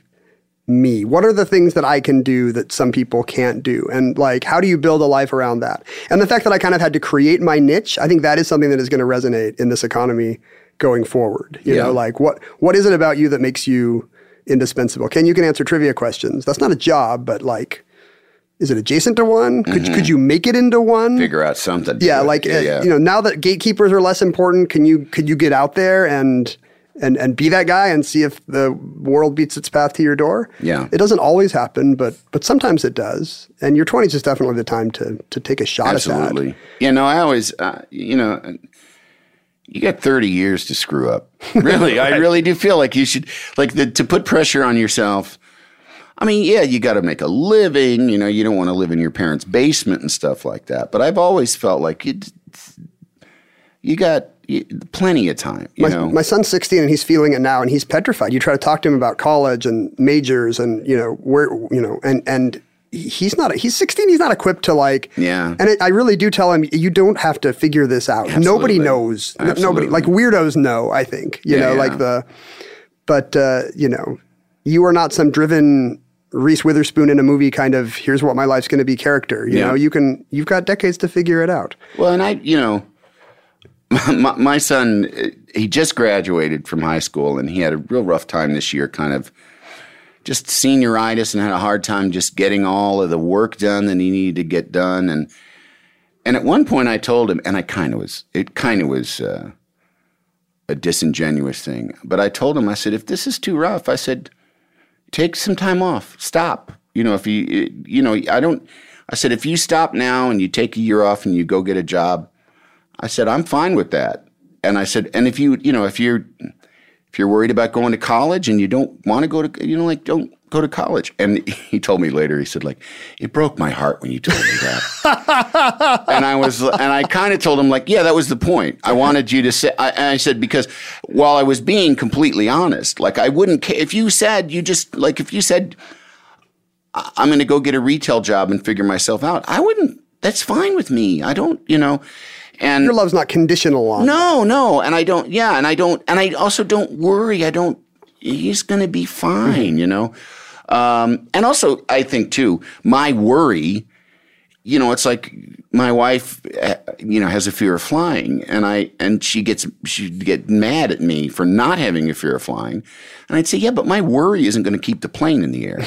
[SPEAKER 2] me? What are the things that I can do that some people can't do? And like, how do you build a life around that? And the fact that I kind of had to create my niche, I think that is something that is going to resonate in this economy going forward. You
[SPEAKER 1] Yeah.
[SPEAKER 2] know, like what what is it about you that makes you indispensable? Ken, you can answer trivia questions. That's not a job, but like, is it adjacent to one? Could could you make it into one?
[SPEAKER 1] Mm-hmm. Figure out something. to
[SPEAKER 2] yeah,
[SPEAKER 1] do it.
[SPEAKER 2] like uh, you know, now that gatekeepers are less important, can you could you get out there and and and be that guy and see if the world beats its path to your door?
[SPEAKER 1] Yeah.
[SPEAKER 2] it doesn't always happen, but but sometimes it does. And your twenties is definitely the time to to take a shot
[SPEAKER 1] Absolutely.
[SPEAKER 2] at
[SPEAKER 1] Yeah, no, I always, uh, you know, you got 30 years to screw up. Really, I really do feel like you should, like, the, to put pressure on yourself. I mean, yeah, you got to make a living. You know, you don't want to live in your parents' basement and stuff like that. But I've always felt like you, you got you, plenty of time. You
[SPEAKER 2] that. My,
[SPEAKER 1] know,
[SPEAKER 2] my son's 16 and he's feeling it now and he's petrified. You try to talk to him about college and majors and you know where you know and and he's not he's 16 he's not equipped to like
[SPEAKER 1] Yeah.
[SPEAKER 2] and it, i really do tell him you don't have to figure this out
[SPEAKER 1] Absolutely.
[SPEAKER 2] nobody knows N- nobody
[SPEAKER 1] Absolutely.
[SPEAKER 2] like weirdos know i think you
[SPEAKER 1] Yeah,
[SPEAKER 2] know
[SPEAKER 1] yeah.
[SPEAKER 2] like the but uh, you know you are not some driven reese witherspoon in a movie kind of here's what my life's going to be character you
[SPEAKER 1] Yeah.
[SPEAKER 2] know you can you've got decades to figure it out
[SPEAKER 1] Well, and I, you know, <laughs> my, my son, eh, he just graduated from high school and he had a real rough time this year, kind of just senioritis and had a hard time just getting all of the work done that he needed to get done. And, and at one point I told him, and I kind of was, it kind of was, uh, a disingenuous thing. But I told him, I said, if this is too rough, I said, take some time off. Stop. You know, if you, you know, I don't, I said, if you stop now and you take a year off and you go get a job, I said, I'm fine with that. And I said, and if you, you know, if you're, if you're worried about going to college and you don't want to go to, you know, like don't go to college. And <laughs> he told me later, he said, like, it broke my heart when you told me that. and I was, and I kind of told him, like, yeah, that was the point. I wanted you to say, I, and I said, because while I was being completely honest, like, I wouldn't care if you said, you just, like, if you said, I- I'm going to go get a retail job and figure myself out, I wouldn't, that's fine with me. I don't, you know, and
[SPEAKER 2] your love's not conditional on
[SPEAKER 1] no, no, and I don't. Yeah, and I don't, and I also don't worry. I don't. He's going to be fine, you know. Um, and also, I think too, my worry. You know, it's like my wife, uh, you know, has a fear of flying, and I and she gets she'd get mad at me for not having a fear of flying, and I'd say, yeah, but my worry isn't going to keep the plane in the air,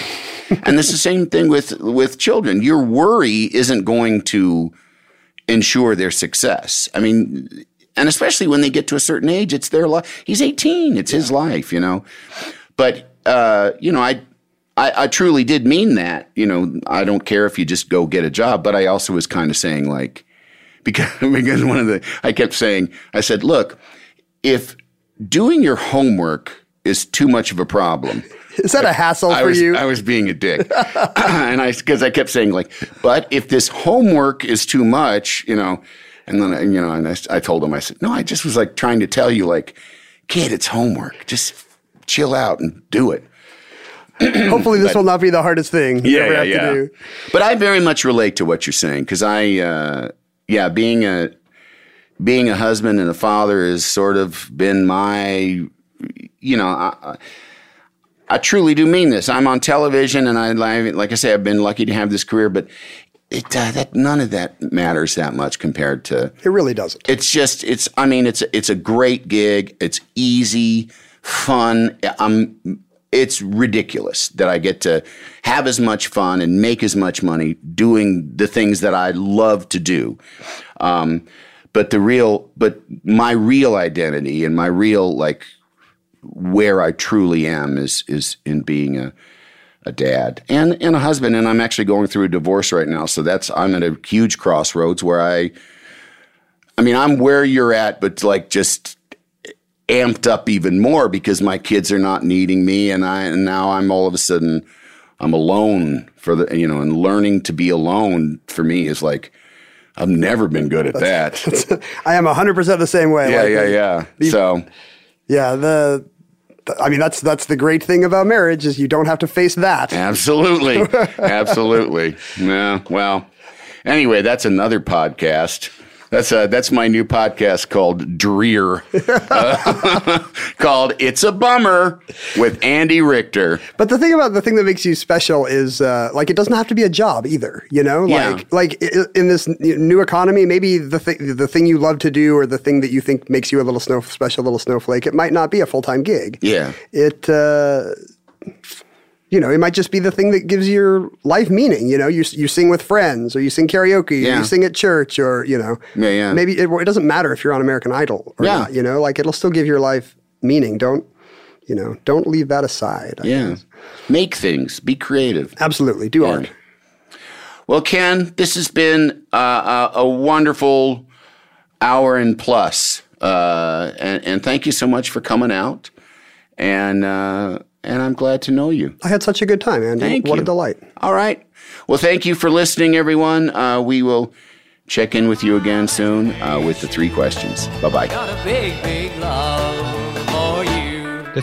[SPEAKER 1] and it's the same thing with with children. Your worry isn't going to ensure their success. I mean, and especially when they get to a certain age, it's their life. He's 18, it's his life, you know. But, uh, you know, I, I, I truly did mean that. You know, I don't care if you just go get a job, but I also was kind of saying, like, <laughs> because, because one of the, I kept saying, I said, look, if doing your homework is too much of a problem,
[SPEAKER 2] is that a hassle
[SPEAKER 1] I
[SPEAKER 2] for
[SPEAKER 1] was,
[SPEAKER 2] you
[SPEAKER 1] I was being a
[SPEAKER 2] <laughs>
[SPEAKER 1] dick, <clears throat> and I because I kept saying like, but if this homework is too much, you know, and then I, you know, and I, s- I told him I said no, I just was like trying to tell you like, kid, it's homework, just chill out and do it.
[SPEAKER 2] Hopefully, this will not be the hardest thing <laughs> you ever have to do.
[SPEAKER 1] But I very much relate to what you're saying because I, uh, yeah, being a being a husband and a father has sort of been my, you know, I, I- I truly do mean this. I'm on television, and I like like I say, I've been lucky to have this career, but it uh, that none of that matters that much compared to
[SPEAKER 2] It really doesn't. <laughs>
[SPEAKER 1] it's just it's i mean it's it's a great gig it's easy fun i'm it's ridiculous that i get to have as much fun and make as much money doing the things that i love to do um, but the real but my real identity and my real like where i truly am is is in being a a dad and and a husband and i'm actually going through a divorce right now so that's i'm at a huge crossroads where i I mean, I'm where you're at, but like just amped up even more because my kids are not needing me, and I and now I'm all of a sudden I'm alone for the you know, and learning to be alone for me is like I've never been good at
[SPEAKER 2] <laughs>
[SPEAKER 1] that.
[SPEAKER 2] I am 100% the same way.
[SPEAKER 1] Yeah,
[SPEAKER 2] Like,
[SPEAKER 1] yeah, yeah. So
[SPEAKER 2] yeah, the, the- I mean, that's that's the great thing about marriage is you don't have to face that.
[SPEAKER 1] absolutely, absolutely. Yeah. Well, anyway, that's another podcast. That's uh, that's my new podcast called Drear, uh, <laughs> called "It's a Bummer" with Andy Richter.
[SPEAKER 2] But the thing about the thing that makes you special is uh, like it doesn't have to be a job either. You know,
[SPEAKER 1] Yeah.
[SPEAKER 2] like like i- in this n- new economy, maybe the thing the thing you love to do or the thing that you think makes you a little snow special little snowflake, it might not be a full time gig.
[SPEAKER 1] Yeah.
[SPEAKER 2] It. Uh, you know, it might just be the thing that gives your life meaning. You know, you s- you sing with friends, or you sing karaoke, or
[SPEAKER 1] Yeah.
[SPEAKER 2] you sing at church, or you know,
[SPEAKER 1] Yeah, yeah.
[SPEAKER 2] Maybe it, it doesn't matter if you're on American Idol or
[SPEAKER 1] Yeah.
[SPEAKER 2] not. You know, like it'll still give your life meaning. Don't you know? Don't leave that aside. I
[SPEAKER 1] Yeah, make things, be creative.
[SPEAKER 2] Absolutely. Do art.
[SPEAKER 1] Well, Ken, this has been uh, uh, a wonderful hour and plus, uh, and, and thank you so much for coming out. And uh, and I'm glad to know you.
[SPEAKER 2] I had such a good time, Andy.
[SPEAKER 1] Thank
[SPEAKER 2] what
[SPEAKER 1] you.
[SPEAKER 2] a delight.
[SPEAKER 1] All right. Well, thank you for listening, everyone. Uh, we will check in with you again soon uh, with the three questions. Bye bye.
[SPEAKER 4] Got a big, big love for you.
[SPEAKER 5] The